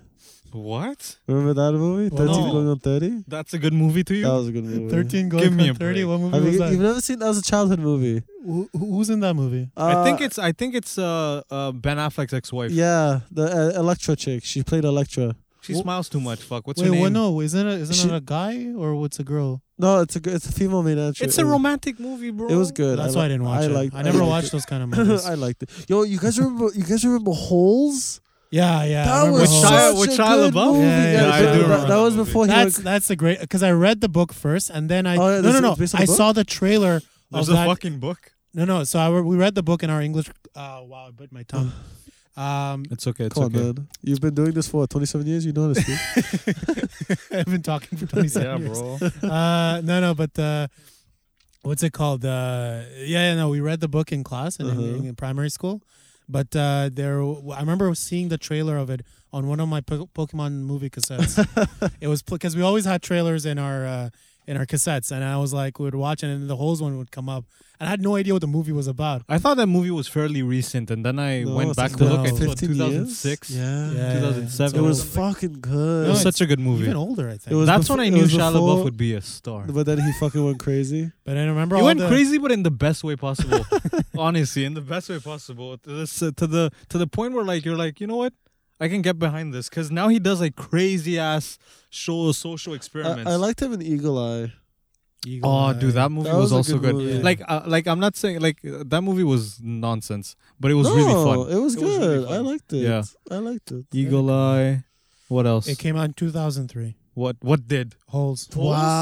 Speaker 2: What?
Speaker 3: Remember that movie?
Speaker 1: Well,
Speaker 3: Thirteen
Speaker 2: no.
Speaker 3: going on thirty.
Speaker 2: That's a good movie to you?
Speaker 3: That was a good movie.
Speaker 1: Thirteen
Speaker 2: Give
Speaker 1: going
Speaker 2: me
Speaker 1: on
Speaker 2: a
Speaker 1: thirty. What
Speaker 2: break.
Speaker 1: movie
Speaker 3: Have
Speaker 1: was
Speaker 3: you, you've
Speaker 1: that?
Speaker 3: never seen that was a childhood movie.
Speaker 1: Who, who's in that movie?
Speaker 2: I think
Speaker 3: Uh,
Speaker 2: it's I think it's uh, uh Ben Affleck's ex-wife.
Speaker 3: Yeah, the uh, Electra chick. She played Electra.
Speaker 2: She
Speaker 1: Wh-
Speaker 2: smiles too much. Fuck. What's
Speaker 1: Wait,
Speaker 2: her name?
Speaker 1: well, no, isn't it isn't
Speaker 3: She-
Speaker 1: it a guy or what's a girl?
Speaker 3: No, it's a g- it's a female main actress.
Speaker 2: It's a romantic movie, bro.
Speaker 3: It was good.
Speaker 1: That's why I
Speaker 3: li-
Speaker 1: didn't watch it.
Speaker 3: [laughs] liked-
Speaker 1: I never
Speaker 3: liked
Speaker 1: watched those kind of movies.
Speaker 3: I liked it. Yo, you guys remember? You guys remember Holes?
Speaker 1: Yeah, yeah. I
Speaker 3: That
Speaker 1: remember
Speaker 3: was
Speaker 1: the whole-
Speaker 2: Shia-
Speaker 3: such
Speaker 2: with
Speaker 3: a
Speaker 2: Shia
Speaker 3: good
Speaker 2: LaBeouf?
Speaker 3: movie.
Speaker 1: Yeah, yeah,
Speaker 3: guys.
Speaker 1: yeah, I do
Speaker 3: That-
Speaker 1: remember
Speaker 3: that, that was
Speaker 2: that movie.
Speaker 3: before he
Speaker 1: [laughs] that's
Speaker 3: was
Speaker 1: that's a great because I read the book first and then I
Speaker 3: Oh, yeah,
Speaker 1: no
Speaker 3: this
Speaker 1: no
Speaker 3: is
Speaker 1: no
Speaker 3: based on
Speaker 1: I
Speaker 3: the book?
Speaker 1: saw the trailer
Speaker 2: There's
Speaker 1: of
Speaker 2: a
Speaker 1: that
Speaker 2: fucking book.
Speaker 1: no no so I, we read the book in our English uh, wow I bit my
Speaker 2: [sighs]
Speaker 1: tongue um [laughs]
Speaker 2: It's okay. It's
Speaker 3: Come on,
Speaker 2: okay.
Speaker 3: man. You've been doing this for 27 years. You know this. dude.
Speaker 1: I've been talking
Speaker 3: [laughs]
Speaker 1: for 27
Speaker 2: Yeah,
Speaker 1: years
Speaker 2: bro.
Speaker 1: [laughs] uh no no but uh what's it called uh yeah yeah no we read the book in class and in-
Speaker 3: Uh-huh.
Speaker 1: in,
Speaker 2: Mm-hmm.
Speaker 1: in primary school but uh there i remember seeing the trailer of it on one of my po- pokemon movie
Speaker 2: [laughs]
Speaker 1: cassettes it was because we always had trailers in our uh in our cassettes and i was like we would watch it and the holes one would come up and i had no idea what the movie was about
Speaker 2: I thought that movie was fairly recent, and then I
Speaker 3: No,
Speaker 2: went
Speaker 3: it's
Speaker 2: back
Speaker 3: like
Speaker 2: to look. I
Speaker 1: about
Speaker 2: saw
Speaker 3: 15 years?
Speaker 2: 2006.
Speaker 3: Yeah.
Speaker 1: Yeah,
Speaker 2: 2007.
Speaker 3: It was
Speaker 2: Something.
Speaker 3: fucking
Speaker 2: It
Speaker 3: good.
Speaker 1: No,
Speaker 2: was
Speaker 1: it's-
Speaker 2: such a good movie.
Speaker 1: even older i think
Speaker 3: It was
Speaker 2: That's
Speaker 3: befo-
Speaker 2: when I
Speaker 3: it
Speaker 2: knew
Speaker 3: was
Speaker 2: Shia
Speaker 3: before-
Speaker 2: LaBeouf would be a star.
Speaker 3: but then he fucking went crazy.
Speaker 1: but i remember
Speaker 2: He
Speaker 1: all
Speaker 2: went
Speaker 1: the-
Speaker 2: crazy, but in the best way
Speaker 3: [laughs]
Speaker 2: possible. Honestly, in the best way possible. To, this, to the to the point where like you're like, you know what? I can get behind this because now he does like crazy ass show social
Speaker 3: I,
Speaker 2: experiments.
Speaker 3: I liked him in Eagle Eye.
Speaker 1: Eagle
Speaker 2: Oh,
Speaker 1: Eye.
Speaker 2: dude, that movie
Speaker 3: That
Speaker 2: was,
Speaker 3: was a
Speaker 2: also good.
Speaker 3: good movie.
Speaker 2: Like, uh, like I'm not saying like uh, that movie was nonsense, but it was
Speaker 3: no,
Speaker 2: really fun.
Speaker 3: It was
Speaker 2: It
Speaker 3: good.
Speaker 2: was really
Speaker 3: I
Speaker 2: fun.
Speaker 3: liked it.
Speaker 2: Yeah.
Speaker 3: I liked it.
Speaker 2: Eagle Eye. What else?
Speaker 1: it came out in 2003
Speaker 2: what what did?
Speaker 1: holes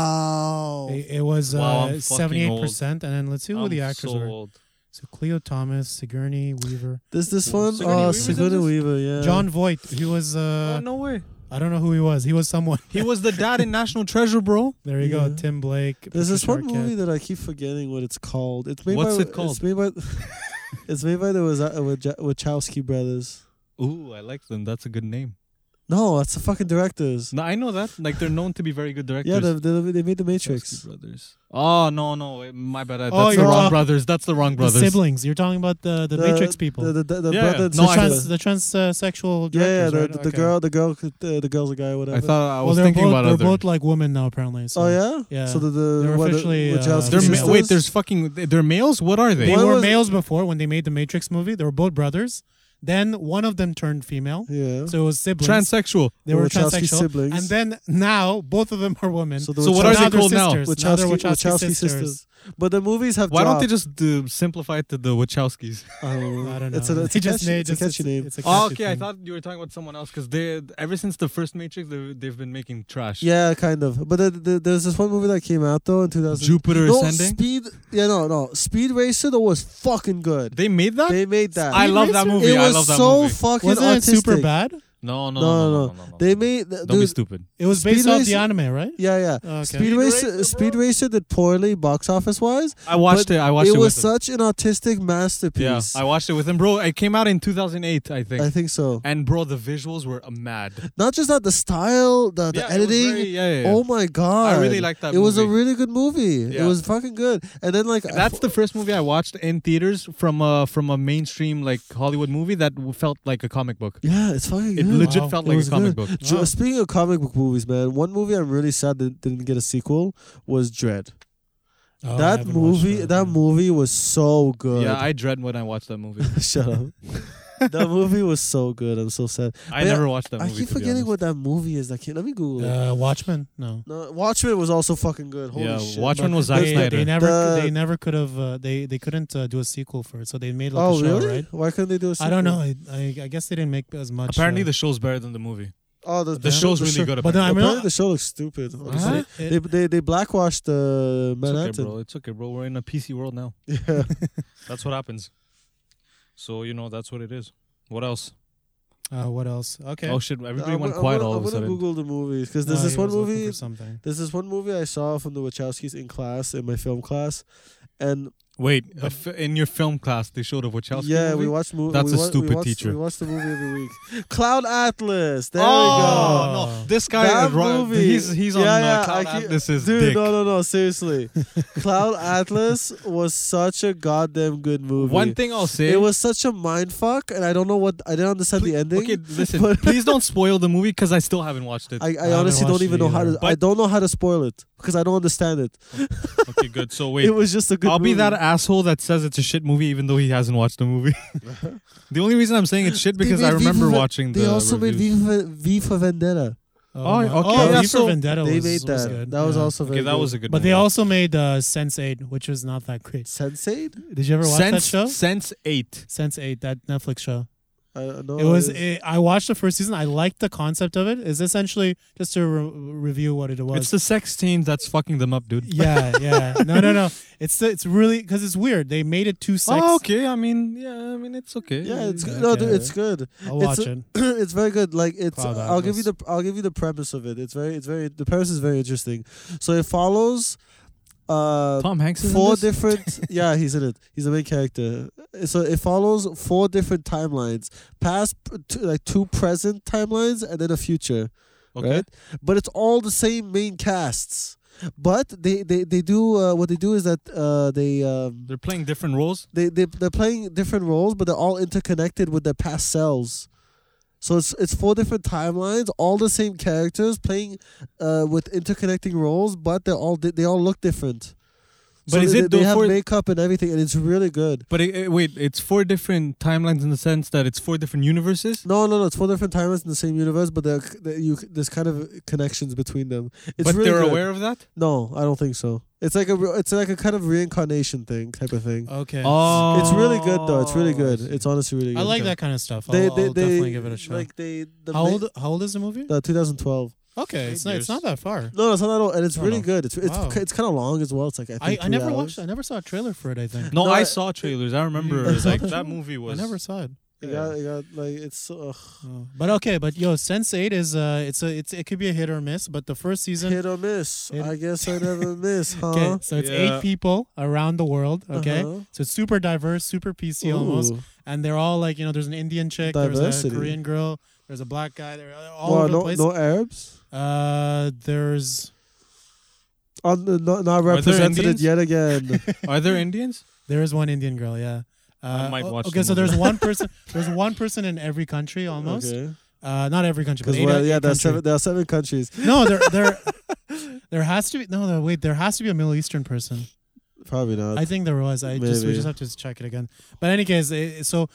Speaker 3: Wow.
Speaker 1: It, it was
Speaker 2: Wow, I'm
Speaker 1: uh
Speaker 2: fucking
Speaker 1: seventy-eight percent, and then let's see who
Speaker 2: I'm
Speaker 1: the actors
Speaker 2: so
Speaker 1: were.
Speaker 2: old.
Speaker 1: So Cleo Thomas, Sigourney Weaver,
Speaker 3: This this one?
Speaker 2: Sigourney
Speaker 3: Oh,
Speaker 2: Weaver's in
Speaker 3: Sigourney
Speaker 2: this?
Speaker 3: Weaver, yeah.
Speaker 1: John Voight. He was uh,
Speaker 2: oh, no way.
Speaker 1: I don't know who he was. He was someone.
Speaker 2: He was the dad in National Treasure, bro.
Speaker 1: [laughs] There you go.
Speaker 3: Yeah.
Speaker 1: Tim Blake.
Speaker 3: There's this
Speaker 1: Patricia
Speaker 3: one
Speaker 1: Arquette.
Speaker 3: movie that I keep forgetting what it's called. It's made
Speaker 2: What's
Speaker 3: by
Speaker 2: it called?
Speaker 3: It's made by [laughs] It's made by the Waza- uh, Waja- Wachowski brothers.
Speaker 2: Ooh, I like them. That's a good name.
Speaker 3: No, that's the fucking directors.
Speaker 2: No, I know that. Like they're known to be very good directors.
Speaker 3: Yeah, they, they, they made the
Speaker 2: Wachowski
Speaker 3: Matrix.
Speaker 2: brothers. Oh no, no, wait, my bad. That's
Speaker 1: Oh,
Speaker 2: the
Speaker 1: you're
Speaker 2: wrong
Speaker 1: wrong.
Speaker 2: brothers. That's the wrong
Speaker 1: The
Speaker 2: brothers.
Speaker 1: siblings. You're talking about the the, Matrix people.
Speaker 3: The,
Speaker 1: The,
Speaker 3: the, the, the
Speaker 2: Yeah,
Speaker 3: brother
Speaker 2: yeah.
Speaker 3: and
Speaker 2: No, I-
Speaker 1: trans
Speaker 3: sister.
Speaker 1: the transsexual.
Speaker 3: yeah, yeah, the,
Speaker 1: directors,
Speaker 3: the
Speaker 1: right? Okay.
Speaker 3: girl, the girl, could- uh, the girl's a guy, whatever.
Speaker 2: I thought I
Speaker 1: Well,
Speaker 2: was
Speaker 1: Oh, they're
Speaker 2: thinking
Speaker 1: both
Speaker 2: about
Speaker 1: they're
Speaker 2: other.
Speaker 1: both like women now apparently. So.
Speaker 3: oh yeah,
Speaker 1: Yeah.
Speaker 3: So the, the
Speaker 1: They're
Speaker 3: what, the
Speaker 1: officially, uh,
Speaker 3: Wachowski
Speaker 2: they're ma-
Speaker 3: sisters?
Speaker 2: wait, there's fucking they're males. What are they?
Speaker 1: They
Speaker 3: One
Speaker 1: were
Speaker 3: was-
Speaker 1: males before when they made the Matrix movie. They were both brothers. Then one of them turned female,
Speaker 3: yeah.
Speaker 1: so it was siblings.
Speaker 2: Transsexual.
Speaker 1: they were
Speaker 3: Wachowski
Speaker 1: transsexual.
Speaker 3: siblings.
Speaker 1: And then now both of them are women.
Speaker 3: So the
Speaker 2: So what are
Speaker 3: Wachowski-
Speaker 2: they called now?
Speaker 1: Sisters. Now they're
Speaker 3: Wachowski-
Speaker 1: Wachowski
Speaker 3: Wachowski
Speaker 1: sisters.
Speaker 3: sisters. But the movies have.
Speaker 2: Why don't they
Speaker 3: dropped.
Speaker 2: just uh, simplify it to the Wachowskis?
Speaker 3: I don't know.
Speaker 1: I don't know.
Speaker 3: It's a, it's
Speaker 1: They
Speaker 3: a
Speaker 1: just
Speaker 3: catchy,
Speaker 1: made-
Speaker 3: it's a
Speaker 1: just-
Speaker 3: catchy name.
Speaker 1: it's a
Speaker 2: Oh,
Speaker 1: catchy
Speaker 2: okay. I
Speaker 1: thing.
Speaker 2: thought you were talking about someone else because they ever since the first Matrix they, they've been making trash.
Speaker 3: yeah, kind of. But the, the, there's this one movie that came out though in 2000.
Speaker 2: Jupiter
Speaker 3: no,
Speaker 2: Ascending.
Speaker 3: Speed. Yeah, no, no. Speed Racer though was fucking good.
Speaker 2: They made that.
Speaker 3: They made that.
Speaker 2: I love that
Speaker 1: It
Speaker 2: movie.
Speaker 3: it
Speaker 2: I
Speaker 3: was
Speaker 2: love that
Speaker 3: so
Speaker 2: movie.
Speaker 3: fucking
Speaker 1: Wasn't
Speaker 3: autistic.
Speaker 1: it super bad?
Speaker 2: No, no,
Speaker 3: No, no, no.
Speaker 2: no.
Speaker 3: They made th-
Speaker 2: Don't be
Speaker 3: dude,
Speaker 2: stupid.
Speaker 1: It was
Speaker 3: Speed
Speaker 1: based off the
Speaker 3: Racer-
Speaker 1: anime, right?
Speaker 3: Yeah, yeah.
Speaker 1: Okay.
Speaker 3: Speed Racer,
Speaker 2: Racer,
Speaker 3: Speed
Speaker 2: bro.
Speaker 3: Racer did poorly box office wise.
Speaker 2: I watched
Speaker 3: But
Speaker 2: it. I watched it.
Speaker 3: It was
Speaker 2: with
Speaker 3: such an artistic masterpiece.
Speaker 2: Him. Yeah, I watched it with him, bro. It came out in 2008, I think.
Speaker 3: I think so.
Speaker 2: and bro, the visuals were uh, mad.
Speaker 3: Not just that, the style, the, the
Speaker 2: Yeah, it was
Speaker 3: editing.
Speaker 2: very- yeah, yeah, yeah.
Speaker 3: Oh my god!
Speaker 2: I really liked that
Speaker 3: It was a
Speaker 2: movie.
Speaker 3: really good movie.
Speaker 2: Yeah.
Speaker 3: It was fucking good. And then like I
Speaker 2: That's
Speaker 3: f-
Speaker 2: the first movie I watched in theaters from a from a mainstream like Hollywood movie that w- felt like a comic book.
Speaker 3: yeah, it's fucking
Speaker 2: It
Speaker 3: good.
Speaker 2: legit
Speaker 1: Wow.
Speaker 2: felt
Speaker 3: It
Speaker 2: like
Speaker 3: was
Speaker 2: a comic
Speaker 3: good.
Speaker 2: book.
Speaker 3: Ju-
Speaker 1: Wow.
Speaker 3: Speaking of comic book movies, man, one movie I'm really sad that didn't get a sequel was Dread.
Speaker 1: Oh, I
Speaker 3: that
Speaker 1: haven't watched
Speaker 3: movie, that, movie was so good.
Speaker 2: Yeah, I dread when I watch that
Speaker 3: [laughs]
Speaker 2: movie.
Speaker 3: Shut
Speaker 2: [laughs]
Speaker 3: up. that movie was so good. I'm so sad.
Speaker 2: I
Speaker 3: But yeah,
Speaker 2: never watched that
Speaker 3: I
Speaker 2: movie.
Speaker 3: keep
Speaker 2: to be
Speaker 3: forgetting
Speaker 2: honest.
Speaker 3: what that movie is. I can't. Let me Google it.
Speaker 1: Uh, Watchmen, no.
Speaker 3: No, Watchmen was also fucking good. Holy
Speaker 2: yeah,
Speaker 3: shit.
Speaker 2: Watchmen
Speaker 3: man.
Speaker 2: was Zack
Speaker 1: They,
Speaker 3: There's-
Speaker 1: they
Speaker 2: Snyder.
Speaker 1: never,
Speaker 3: The-
Speaker 1: they never could have. Uh, they they couldn't uh, do a sequel for it, so they made like a
Speaker 3: oh
Speaker 1: show,
Speaker 3: really?
Speaker 1: right?
Speaker 3: Why couldn't they do a
Speaker 1: I
Speaker 3: sequel?
Speaker 1: don't know. I, I, I guess they didn't make as much.
Speaker 2: Apparently,
Speaker 1: uh,
Speaker 2: the show's better than the movie.
Speaker 3: Oh, the,
Speaker 2: The show's
Speaker 3: the
Speaker 2: really
Speaker 3: show-
Speaker 2: good.
Speaker 1: But then I
Speaker 2: apparently.
Speaker 1: mean,
Speaker 3: Apparently, the show looks stupid.
Speaker 1: Huh?
Speaker 3: honestly.
Speaker 1: It-
Speaker 3: They they they blackwashed
Speaker 2: it's
Speaker 3: uh,
Speaker 2: okay,
Speaker 3: Manhattan.
Speaker 2: bro. It's okay, bro. We're in a PC world now.
Speaker 3: [laughs] Yeah.
Speaker 2: That's what happens. So you know that's what it is. What else?
Speaker 1: uh, what else? Okay.
Speaker 2: Oh shit! Everybody
Speaker 3: I'm,
Speaker 2: went
Speaker 3: I'm
Speaker 2: quiet
Speaker 3: gonna,
Speaker 2: all
Speaker 3: I'm
Speaker 2: of a
Speaker 3: gonna
Speaker 2: sudden.
Speaker 3: Google the movies because
Speaker 1: No,
Speaker 3: there's this
Speaker 1: he
Speaker 3: one
Speaker 1: was looking
Speaker 3: movie.
Speaker 1: for something.
Speaker 3: There's this one movie I saw from the Wachowskis in class in my film class, and
Speaker 2: Wait, a f- in your film class, they showed a Wachowski
Speaker 3: yeah,
Speaker 2: movie?
Speaker 3: we watched movies.
Speaker 2: That's
Speaker 3: we
Speaker 2: a
Speaker 3: wa-
Speaker 2: stupid
Speaker 3: we watched,
Speaker 2: teacher.
Speaker 3: We watched the movie every week. Cloud Atlas. There we go.
Speaker 2: oh,
Speaker 1: go.
Speaker 2: no, this guy
Speaker 3: That
Speaker 2: is wrong.
Speaker 3: movie.
Speaker 2: He's he's on
Speaker 3: Yeah,
Speaker 2: uh,
Speaker 3: yeah,
Speaker 2: Cloud
Speaker 3: I keep-
Speaker 2: Atlas is
Speaker 3: Dude,
Speaker 2: dick.
Speaker 3: no, no, no.
Speaker 2: [laughs]
Speaker 3: Seriously, Cloud Atlas was such a goddamn good movie.
Speaker 2: One thing I'll say.
Speaker 3: It was such a mind fuck, and I don't know what I didn't understand
Speaker 2: Please-
Speaker 3: the ending.
Speaker 2: Okay, listen.
Speaker 3: [laughs] but-
Speaker 2: please don't spoil the movie because I still haven't watched it.
Speaker 3: I, I,
Speaker 1: haven't
Speaker 3: honestly
Speaker 1: watched
Speaker 3: don't
Speaker 1: it
Speaker 3: even know how
Speaker 1: either.
Speaker 3: to. I
Speaker 2: But-
Speaker 3: don't know how to spoil it because I don't understand it.
Speaker 2: okay, good. So wait.
Speaker 3: [laughs] It was just a good.
Speaker 2: I'll be
Speaker 3: movie.
Speaker 2: that asshole that says it's a shit movie even though he hasn't watched the movie. [laughs] the only reason I'm saying it's shit
Speaker 3: They
Speaker 2: because I
Speaker 3: made V for
Speaker 2: remember
Speaker 3: Ven-
Speaker 2: watching the
Speaker 3: They also
Speaker 2: reviews.
Speaker 3: made V for, v for Vendetta.
Speaker 1: Oh, my-
Speaker 2: okay.
Speaker 1: oh,
Speaker 3: Yeah,
Speaker 1: V
Speaker 3: so
Speaker 1: for Vendetta
Speaker 3: they
Speaker 1: was,
Speaker 3: made
Speaker 1: was
Speaker 3: that.
Speaker 1: good.
Speaker 3: that was
Speaker 1: yeah.
Speaker 3: also very
Speaker 2: Okay, that
Speaker 3: good.
Speaker 2: was a good
Speaker 1: But
Speaker 2: movie.
Speaker 1: they also made uh, Sense Eight, which was not that great.
Speaker 3: Sense8.
Speaker 1: Did you ever watch
Speaker 2: Sense
Speaker 1: that show?
Speaker 2: Sense 8.
Speaker 1: Sense Eight, that Netflix show.
Speaker 3: I know
Speaker 1: it was.
Speaker 3: is.
Speaker 1: It, I watched the first season. I liked the concept of it. It's essentially just to re- review what it was.
Speaker 2: It's the sex team that's fucking them up, dude.
Speaker 1: [laughs] yeah, yeah. No, no, no. It's the, it's really because it's weird. They made it too sex.
Speaker 2: Oh, okay. I mean, yeah. I mean, it's okay.
Speaker 3: yeah, it's
Speaker 1: Okay.
Speaker 3: good. No, dude, it's good. [clears throat]
Speaker 1: I'll
Speaker 3: It's
Speaker 1: watch
Speaker 3: a-
Speaker 1: it.
Speaker 3: it's very good. Like it's,
Speaker 1: Cloud
Speaker 3: I'll give you the
Speaker 1: Atlas.
Speaker 3: I'll give you the premise of it. It's very, it's very. The premise is very interesting. So it follows, uh,
Speaker 2: Tom Hanks is in
Speaker 3: four
Speaker 2: this?
Speaker 3: different. yeah, he's in it. He's the main character. So it follows four different timelines: past, p- t- like two present timelines, and then a future.
Speaker 2: Okay.
Speaker 3: Right? But it's all the same main casts. But they they they do uh, what they do is that uh, they. Um,
Speaker 2: They're playing different roles.
Speaker 3: they, they they're playing different roles, but they're all interconnected with their past selves. So it's it's four different timelines, all the same characters playing uh, with interconnecting roles, but they're all they, they all look different.
Speaker 2: But is
Speaker 3: they,
Speaker 2: it
Speaker 3: they
Speaker 2: though
Speaker 3: have
Speaker 2: for-
Speaker 3: makeup and everything, and it's really good.
Speaker 2: But it, it- wait, it's four different timelines in the sense that it's four different universes.
Speaker 3: No, no, no. It's four different timelines in the same universe, but they're, they you there's kind of connections between them. It's
Speaker 2: but
Speaker 3: really
Speaker 2: they're
Speaker 3: good.
Speaker 2: aware of that.
Speaker 3: No, I don't think so. It's like a re- it's like a kind of reincarnation thing type of thing.
Speaker 1: Okay.
Speaker 2: Oh,
Speaker 3: it's really good though. It's really
Speaker 2: I
Speaker 3: good.
Speaker 2: see.
Speaker 3: It's honestly really good.
Speaker 1: I like
Speaker 2: Okay.
Speaker 1: that kind of stuff. I'll,
Speaker 3: they,
Speaker 1: I'll
Speaker 3: they, they,
Speaker 1: definitely give it a shot.
Speaker 3: Like they, the
Speaker 1: how
Speaker 3: ma-
Speaker 1: old? How old is the movie?
Speaker 3: The 2012.
Speaker 1: Okay, it's not. It's
Speaker 2: years.
Speaker 1: not that far.
Speaker 3: No, no, it's not at all, and it's
Speaker 1: No,
Speaker 3: really
Speaker 1: no.
Speaker 3: good. It's it's
Speaker 1: Wow.
Speaker 3: it's kind of long as well. It's like I
Speaker 1: I,
Speaker 3: think
Speaker 1: I
Speaker 3: three
Speaker 1: never
Speaker 3: hours.
Speaker 1: watched. I never saw a trailer for it. I think.
Speaker 2: No,
Speaker 3: No,
Speaker 2: I
Speaker 3: I-
Speaker 2: saw trailers. I remember
Speaker 1: Mm.
Speaker 2: like that movie was.
Speaker 1: I never saw it.
Speaker 3: It got, it got like it's so, ugh,
Speaker 1: Oh. But okay, but yo, Sense Eight is uh, it's a it's it could be a hit or miss. But the first season,
Speaker 3: hit or miss.
Speaker 1: Hit-
Speaker 3: I
Speaker 1: [laughs]
Speaker 3: guess I never miss, huh?
Speaker 1: okay, so it's
Speaker 2: Yeah.
Speaker 1: eight people around the world. Okay,
Speaker 3: Uh-huh.
Speaker 1: so it's super diverse, super PC almost,
Speaker 3: Ooh.
Speaker 1: and they're all like you know, there's an Indian chick, there's a
Speaker 3: Diversity.
Speaker 1: Korean girl, there's a black guy, they're all
Speaker 3: Wow,
Speaker 1: over
Speaker 3: no,
Speaker 1: the place.
Speaker 3: no Arabs.
Speaker 1: Uh, there's
Speaker 3: Uh, no- not, not
Speaker 2: there
Speaker 3: represented
Speaker 2: Indians?
Speaker 1: [laughs]
Speaker 3: yet again.
Speaker 2: Are there Indians?
Speaker 1: there is one Indian girl, yeah. Uh,
Speaker 2: I might
Speaker 1: o-
Speaker 2: watch
Speaker 1: okay,
Speaker 2: the
Speaker 1: so there's
Speaker 2: [laughs] movie.
Speaker 1: one person. There's one person in every country almost.
Speaker 3: Okay.
Speaker 1: Uh, not every country, but
Speaker 3: Because
Speaker 1: eight,
Speaker 3: well, yeah,
Speaker 1: eight
Speaker 3: there are
Speaker 1: countries.
Speaker 3: seven. There are seven countries.
Speaker 1: No, there there
Speaker 3: [laughs]
Speaker 1: there has to be no. There, wait, there has to be a Middle Eastern person.
Speaker 3: Probably not.
Speaker 1: I think there was. I just we
Speaker 3: Maybe.
Speaker 1: just have to check it again. But in any case, it, so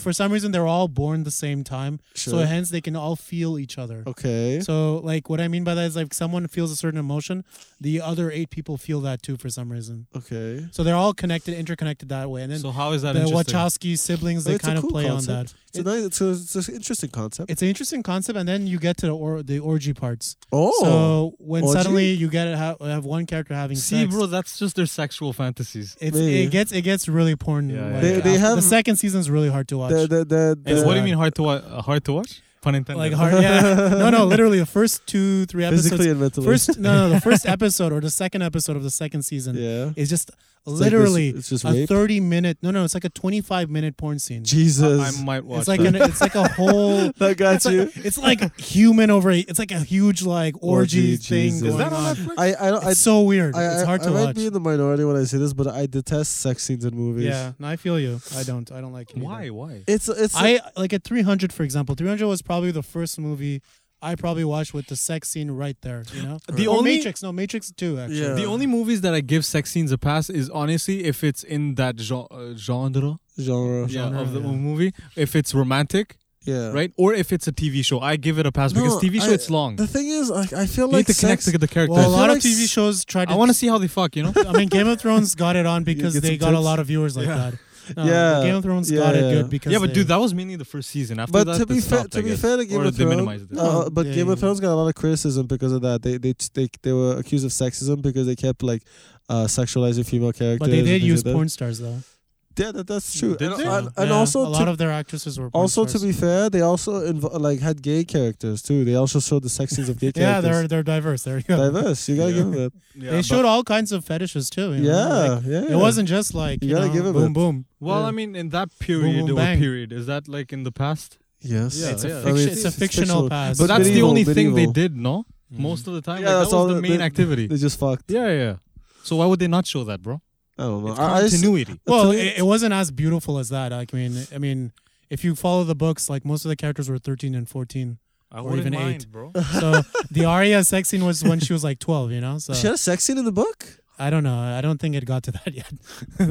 Speaker 1: for some reason they're all born the same time, so
Speaker 3: Sure.
Speaker 1: hence they can all feel each other.
Speaker 3: okay.
Speaker 1: So like what I mean by that is like someone feels a certain emotion, the other eight people feel that too for some reason.
Speaker 3: okay.
Speaker 1: So they're all connected, interconnected that way, and then
Speaker 2: So how is that
Speaker 1: the
Speaker 2: interesting?
Speaker 1: Wachowski siblings they
Speaker 3: It's a
Speaker 1: kind of
Speaker 3: cool
Speaker 1: play on that.
Speaker 3: concept. It's a nice. It's, a, it's an interesting concept.
Speaker 1: It's an interesting concept, and then you get to the or the orgy parts.
Speaker 3: oh,
Speaker 1: So when
Speaker 3: orgy?
Speaker 1: suddenly you get to ha- have one character having
Speaker 2: See,
Speaker 1: sex,
Speaker 2: bro, that's just their sexual fantasies.
Speaker 1: it's,
Speaker 3: Maybe.
Speaker 1: it gets it gets really porn.
Speaker 2: Yeah,
Speaker 1: like,
Speaker 2: They-
Speaker 3: they
Speaker 1: after- the
Speaker 3: have-
Speaker 1: second season's really hard to watch.
Speaker 3: the, the, the,
Speaker 2: And
Speaker 1: Yeah.
Speaker 3: the-
Speaker 2: what do you mean hard to watch? Hard to watch? Pun intended.
Speaker 1: like hard, yeah. No,
Speaker 3: [laughs]
Speaker 1: no, literally the first two three
Speaker 3: physically
Speaker 1: episodes.
Speaker 3: and mentally.
Speaker 1: First, no, no, the
Speaker 3: [laughs]
Speaker 1: first episode or the second episode of the second season
Speaker 3: yeah.
Speaker 1: is just
Speaker 3: It's like this-
Speaker 1: literally
Speaker 3: it's just
Speaker 1: a
Speaker 3: rape.
Speaker 1: thirty minute. No, no, it's like a twenty five minute porn scene.
Speaker 3: Jesus.
Speaker 2: I, I might watch.
Speaker 1: It's like
Speaker 2: that.
Speaker 1: an, it's like a
Speaker 3: [laughs]
Speaker 1: whole.
Speaker 3: that got
Speaker 1: It's
Speaker 2: [laughs]
Speaker 1: like, it's like human over. It's like a huge like orgy,
Speaker 3: Orgy,
Speaker 1: thing.
Speaker 3: Jesus.
Speaker 1: Going
Speaker 2: is that
Speaker 1: on?
Speaker 2: on Netflix?
Speaker 3: I I don't. I,
Speaker 1: It's so weird.
Speaker 3: I,
Speaker 1: it's hard
Speaker 3: I,
Speaker 1: to
Speaker 3: I might
Speaker 1: watch.
Speaker 3: be in the minority when I say this, but I detest sex scenes in movies.
Speaker 1: Yeah, no, I feel you. I don't. I don't like it. either.
Speaker 2: Why? Why?
Speaker 3: It's it's
Speaker 1: I like at 300, for example. 300 was probably the first movie I probably watched with the sex scene right there. You know,
Speaker 2: The
Speaker 1: Or
Speaker 2: only-
Speaker 1: Matrix. No, Matrix Two actually.
Speaker 3: Yeah.
Speaker 2: The only movies that I give sex scenes a pass is honestly if it's in that genre, uh, genre,
Speaker 3: genre.
Speaker 2: yeah,
Speaker 1: Genre,
Speaker 2: of the
Speaker 1: yeah.
Speaker 2: movie. If it's romantic,
Speaker 3: Yeah.
Speaker 2: right, or if it's a TV show, I give it a pass
Speaker 3: No,
Speaker 2: because TV show
Speaker 3: I-
Speaker 2: it's long.
Speaker 3: The thing is, like, I feel
Speaker 2: you need
Speaker 3: like
Speaker 2: to
Speaker 3: sex.
Speaker 2: connect to the characters.
Speaker 1: Well, a
Speaker 3: feel
Speaker 1: lot of
Speaker 3: like
Speaker 1: TV
Speaker 3: s-
Speaker 1: shows tried to.
Speaker 2: I want to see how they fuck. You know,
Speaker 1: [laughs] I mean, Game of Thrones got it
Speaker 3: [laughs]
Speaker 1: on because
Speaker 3: get
Speaker 1: they
Speaker 3: some
Speaker 1: got a
Speaker 3: tips?
Speaker 1: lot of viewers like
Speaker 3: [laughs]
Speaker 2: Yeah.
Speaker 1: that. No,
Speaker 3: Yeah.
Speaker 1: Game of Thrones
Speaker 3: Yeah,
Speaker 1: got it
Speaker 3: yeah.
Speaker 1: good because.
Speaker 2: yeah, but
Speaker 1: they-
Speaker 2: dude, that was mainly the first season. After
Speaker 3: but
Speaker 2: that,
Speaker 3: to
Speaker 2: they
Speaker 3: be fair,
Speaker 2: stopped, I
Speaker 3: to be
Speaker 2: guess.
Speaker 3: fair to Game
Speaker 2: or
Speaker 3: of
Speaker 2: they
Speaker 3: Thrones,
Speaker 2: minimized it.
Speaker 3: uh,
Speaker 1: No,
Speaker 3: but Game of
Speaker 1: they-
Speaker 3: Thrones got a lot of criticism because of that. They they they, they were accused of sexism because they kept like uh, sexualizing female characters.
Speaker 1: But they
Speaker 3: and
Speaker 1: did
Speaker 3: things
Speaker 1: use
Speaker 3: like that.
Speaker 1: porn stars though.
Speaker 3: Yeah, that, that's true.
Speaker 2: Did
Speaker 3: and
Speaker 2: they?
Speaker 3: and, and
Speaker 1: Yeah,
Speaker 3: also
Speaker 1: a
Speaker 3: to
Speaker 1: lot of their actresses were. Porn
Speaker 3: Also, to
Speaker 1: stars.
Speaker 3: be fair, they also inv- like had gay characters too. They also showed the sex scenes of
Speaker 2: [laughs]
Speaker 3: gay
Speaker 1: Yeah,
Speaker 3: characters.
Speaker 1: they're they're diverse. There you go.
Speaker 3: diverse. You gotta
Speaker 2: Yeah.
Speaker 3: give them
Speaker 2: Yeah,
Speaker 1: they
Speaker 2: but-
Speaker 1: showed all kinds of fetishes too.
Speaker 3: that.
Speaker 1: you know,
Speaker 3: Yeah,
Speaker 1: like,
Speaker 3: yeah.
Speaker 1: It wasn't just like
Speaker 3: You
Speaker 1: you,
Speaker 3: gotta
Speaker 1: know,
Speaker 3: give him
Speaker 1: boom
Speaker 3: it.
Speaker 1: boom.
Speaker 2: Well,
Speaker 3: Yeah.
Speaker 2: I mean, in that period
Speaker 1: boom,
Speaker 2: or
Speaker 1: bang.
Speaker 2: period, is that like in the past?
Speaker 3: Yes.
Speaker 2: Yeah, It's a yeah.
Speaker 1: fiction- it's a fictional past.
Speaker 2: But
Speaker 1: It's
Speaker 2: that's the
Speaker 1: medieval,
Speaker 2: only thing they did, no? Most of the time,
Speaker 3: Mm-hmm.
Speaker 2: like,
Speaker 3: Yeah, that's
Speaker 2: that
Speaker 3: all
Speaker 2: was the
Speaker 3: that
Speaker 2: main
Speaker 3: they-
Speaker 2: activity.
Speaker 3: They just fucked.
Speaker 2: yeah, yeah. So why would they not show that, bro?
Speaker 3: I don't know.
Speaker 2: It's
Speaker 3: I, I just-
Speaker 2: continuity.
Speaker 1: Well,
Speaker 3: To me,
Speaker 1: it, it wasn't as beautiful as that. Like, I mean, I mean, if you follow the books, like most of the characters were 13 and 14.
Speaker 2: I
Speaker 1: or
Speaker 2: wouldn't
Speaker 1: even
Speaker 2: mind,
Speaker 1: eight.
Speaker 2: bro.
Speaker 1: So the Arya sex scene was when she was like 12, you know. So
Speaker 3: she had a sex scene in the book.
Speaker 1: I don't know. I don't think it got to that [laughs] yet.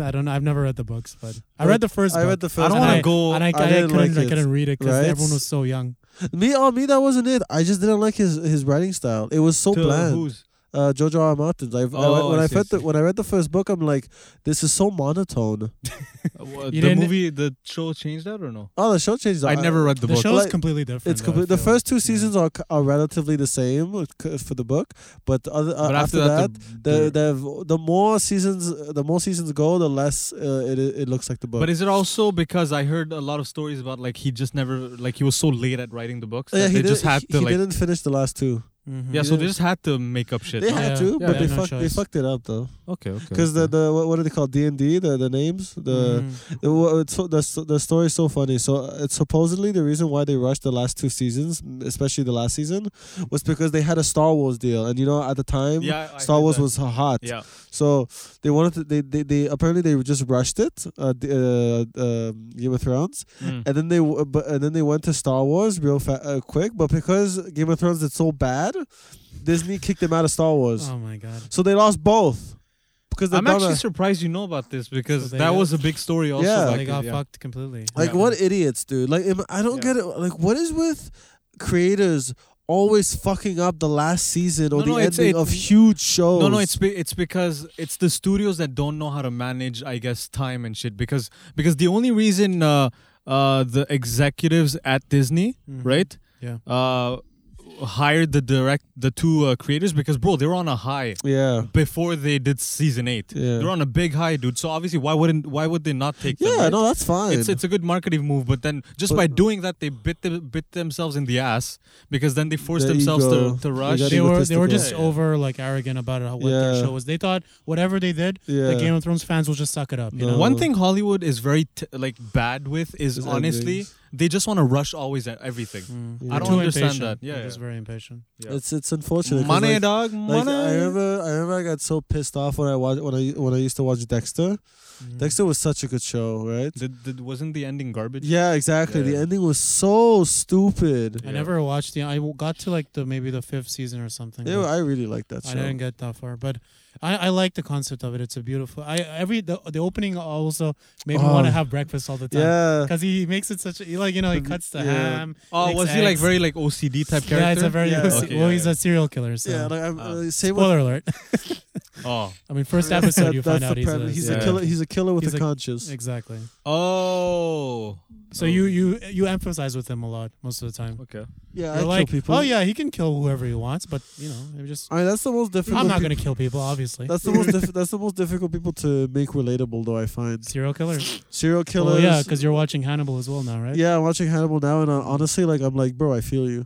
Speaker 1: I don't. know. I've never read the books, but I read the first.
Speaker 3: I
Speaker 1: book,
Speaker 3: read the first.
Speaker 2: I don't
Speaker 1: and
Speaker 2: wanna
Speaker 1: I-
Speaker 2: go-
Speaker 1: And I,
Speaker 3: I
Speaker 1: I,
Speaker 3: didn't
Speaker 1: couldn't,
Speaker 3: like
Speaker 1: I
Speaker 3: it.
Speaker 1: couldn't read it because
Speaker 3: Right?
Speaker 1: everyone was so young.
Speaker 3: oh, Me, on me, that wasn't it. I just didn't like his his writing style. It was [laughs] so
Speaker 2: To
Speaker 3: bland.
Speaker 2: [laughs] who's?
Speaker 3: uh, Jojo R. Mountains. I've, I,
Speaker 2: Oh,
Speaker 3: when
Speaker 2: I
Speaker 3: I,
Speaker 2: see, I
Speaker 3: read the,
Speaker 2: see.
Speaker 3: when I read the first book, I'm like, this is so monotone.
Speaker 2: Uh, wha-
Speaker 1: You
Speaker 2: the
Speaker 1: didn't-
Speaker 2: movie, the show changed that or no?
Speaker 3: Oh, the show changed.
Speaker 2: I
Speaker 3: I-
Speaker 2: never read the,
Speaker 1: The
Speaker 2: book.
Speaker 1: show is
Speaker 3: Like,
Speaker 1: completely different.
Speaker 3: It's
Speaker 1: though, I
Speaker 3: complete. The
Speaker 1: feel.
Speaker 3: first two
Speaker 1: Yeah.
Speaker 3: seasons are c- are relatively the same uh, c- for the book, but the other uh,
Speaker 2: but
Speaker 3: after, that, the,
Speaker 2: the-
Speaker 3: the the more seasons uh, the more seasons go, the less uh, it it looks like the book.
Speaker 2: but is it also because I heard a lot of stories about like he just never like he was so late at writing the books that
Speaker 3: Oh, yeah, he
Speaker 2: they
Speaker 3: did,
Speaker 2: just had
Speaker 3: he,
Speaker 2: to
Speaker 3: he
Speaker 2: like
Speaker 3: didn't finish the last two.
Speaker 1: Mhm.
Speaker 2: yeah
Speaker 3: he
Speaker 2: so they
Speaker 3: didn't-
Speaker 2: just had to make up shit.
Speaker 3: They
Speaker 2: no?
Speaker 1: Yeah.
Speaker 3: had to,
Speaker 1: Yeah,
Speaker 3: but
Speaker 1: yeah,
Speaker 3: they
Speaker 1: no
Speaker 3: fucked they
Speaker 1: choice.
Speaker 3: fucked it up though.
Speaker 2: Okay, okay.
Speaker 3: Because
Speaker 2: okay.
Speaker 3: the the what, what are they called D and D the the names the
Speaker 1: Mhm.
Speaker 3: the wha- it's so, the s- the story is so funny. So uh, it's supposedly the reason why they rushed the last two seasons, especially the last season, was because they had a Star Wars deal, and you know at the time.
Speaker 2: yeah, I
Speaker 3: Star
Speaker 2: heard
Speaker 3: Wars
Speaker 2: that.
Speaker 3: was hot. [laughs]
Speaker 2: yeah.
Speaker 3: So they wanted to, they, they they apparently they just rushed it uh, d- uh, um Game of Thrones
Speaker 2: Mm.
Speaker 3: and then they w- but and then they went to Star Wars real fa- uh, quick but because Game of Thrones did so bad Disney kicked them out of Star Wars
Speaker 1: Oh my god.
Speaker 3: so they lost both because the
Speaker 2: I'm actually
Speaker 3: dumbass-
Speaker 2: surprised you know about this because
Speaker 1: So they
Speaker 2: that
Speaker 1: got-
Speaker 2: was a big story also.
Speaker 3: Yeah.
Speaker 1: So
Speaker 2: back
Speaker 1: they got
Speaker 2: then, yeah.
Speaker 1: fucked completely.
Speaker 3: like
Speaker 2: Yeah.
Speaker 3: what idiots dude like am- I don't
Speaker 2: Yeah.
Speaker 3: get it like what is with creators always fucking up the last season or
Speaker 2: No,
Speaker 3: the
Speaker 2: no, it's-
Speaker 3: ending
Speaker 2: it-
Speaker 3: of huge shows
Speaker 2: No, no, it's be, it's because it's the studios that don't know how to manage, I guess, time and shit. Because because the only reason uh, uh, the executives at Disney,
Speaker 1: Mhm.
Speaker 3: Mm-hmm.
Speaker 2: right,
Speaker 1: Yeah.
Speaker 2: uh, hired the direct the two uh, creators because bro, they were on a high
Speaker 3: yeah
Speaker 2: before they did season eight.
Speaker 3: Yeah.
Speaker 2: They're on a big high, dude. So obviously, why wouldn't why would they not take? them,
Speaker 3: yeah
Speaker 2: right?
Speaker 3: no that's fine
Speaker 2: It's, it's a good marketing move, but then just by doing that, they bit the, bit themselves in the ass because then they forced
Speaker 3: Their
Speaker 2: themselves
Speaker 3: ego.
Speaker 2: to, to
Speaker 3: They
Speaker 2: rush.
Speaker 3: got
Speaker 1: They were they were
Speaker 3: egotistical.
Speaker 1: just
Speaker 2: Yeah, yeah.
Speaker 1: over like arrogant about how what their
Speaker 3: Yeah.
Speaker 1: show was. They thought whatever they did,
Speaker 3: yeah
Speaker 1: the Game of Thrones fans will just suck it up. You
Speaker 3: No.
Speaker 1: know.
Speaker 2: One thing Hollywood is very t- like bad with is
Speaker 3: Oh. Is
Speaker 2: honestly
Speaker 3: endings.
Speaker 2: they just want to rush always at everything.
Speaker 1: Mm.
Speaker 3: I
Speaker 1: They're
Speaker 3: don't
Speaker 1: too
Speaker 2: understand
Speaker 1: impatient.
Speaker 2: that. Yeah,
Speaker 1: They're just
Speaker 2: yeah.
Speaker 1: very impatient.
Speaker 2: Yeah.
Speaker 3: it's it's unfortunate 'cause,
Speaker 2: Money,
Speaker 3: like,
Speaker 2: dog,
Speaker 3: Like
Speaker 2: money.
Speaker 3: I remember, I remember I got so pissed off when I watched when I when I used to watch Dexter.
Speaker 1: Mhm.
Speaker 3: Dexter was such a good show, right?
Speaker 2: Did- did- wasn't the ending garbage?
Speaker 3: Yeah, exactly. The
Speaker 2: Yeah.
Speaker 3: ending was so stupid.
Speaker 1: Mm. I
Speaker 2: Yeah.
Speaker 1: never watched the. I w- got to like the maybe the fifth season or something.
Speaker 3: Yeah,
Speaker 1: but
Speaker 3: I really liked that
Speaker 1: I
Speaker 3: show.
Speaker 1: didn't get that far, but I, I like the concept of it. It's a beautiful. I every the, the opening also made me want
Speaker 3: Oh.
Speaker 1: to have breakfast all the time.
Speaker 3: yeah,
Speaker 1: Because he makes it such a, he, like you know he
Speaker 3: The-
Speaker 1: cuts the
Speaker 3: yeah.
Speaker 1: ham.
Speaker 2: Oh,
Speaker 1: makes
Speaker 2: was he like
Speaker 1: eggs.
Speaker 2: very like OCD type character?
Speaker 1: Yeah, it's a very
Speaker 3: Yeah.
Speaker 2: Okay,
Speaker 1: well.
Speaker 2: yeah,
Speaker 1: He's
Speaker 2: yeah.
Speaker 1: a serial killer. So.
Speaker 3: yeah. Like I'm,
Speaker 2: Ah.
Speaker 3: uh, same with
Speaker 1: Spoiler alert.
Speaker 2: oh,
Speaker 1: I mean,
Speaker 3: [laughs]
Speaker 1: first episode
Speaker 3: that-
Speaker 1: you
Speaker 3: that's
Speaker 1: find out
Speaker 3: the
Speaker 1: he's a,
Speaker 3: premise. He's
Speaker 2: yeah.
Speaker 3: a killer. He's a killer with
Speaker 1: He's
Speaker 3: a
Speaker 1: a-
Speaker 3: conscience.
Speaker 1: Exactly.
Speaker 2: oh,
Speaker 1: So you you you emphasize with him a lot most of the time.
Speaker 2: okay.
Speaker 3: yeah, I
Speaker 1: You're like,
Speaker 3: kill people.
Speaker 1: oh yeah, he can kill whoever he wants, but you know, it just
Speaker 3: I mean that's the most difficult.
Speaker 1: I'm not
Speaker 3: peop-
Speaker 1: gonna kill people, obviously.
Speaker 3: That's the most. Diff- that's the most difficult people to make relatable, though. I find
Speaker 1: [laughs] Serial
Speaker 3: [laughs]
Speaker 1: killers.
Speaker 3: serial
Speaker 1: Killers.
Speaker 3: killers.
Speaker 1: Well, yeah, because you're watching Hannibal as well now, right?
Speaker 3: yeah, I'm watching Hannibal now, and uh, honestly, like I'm like, bro, I feel you.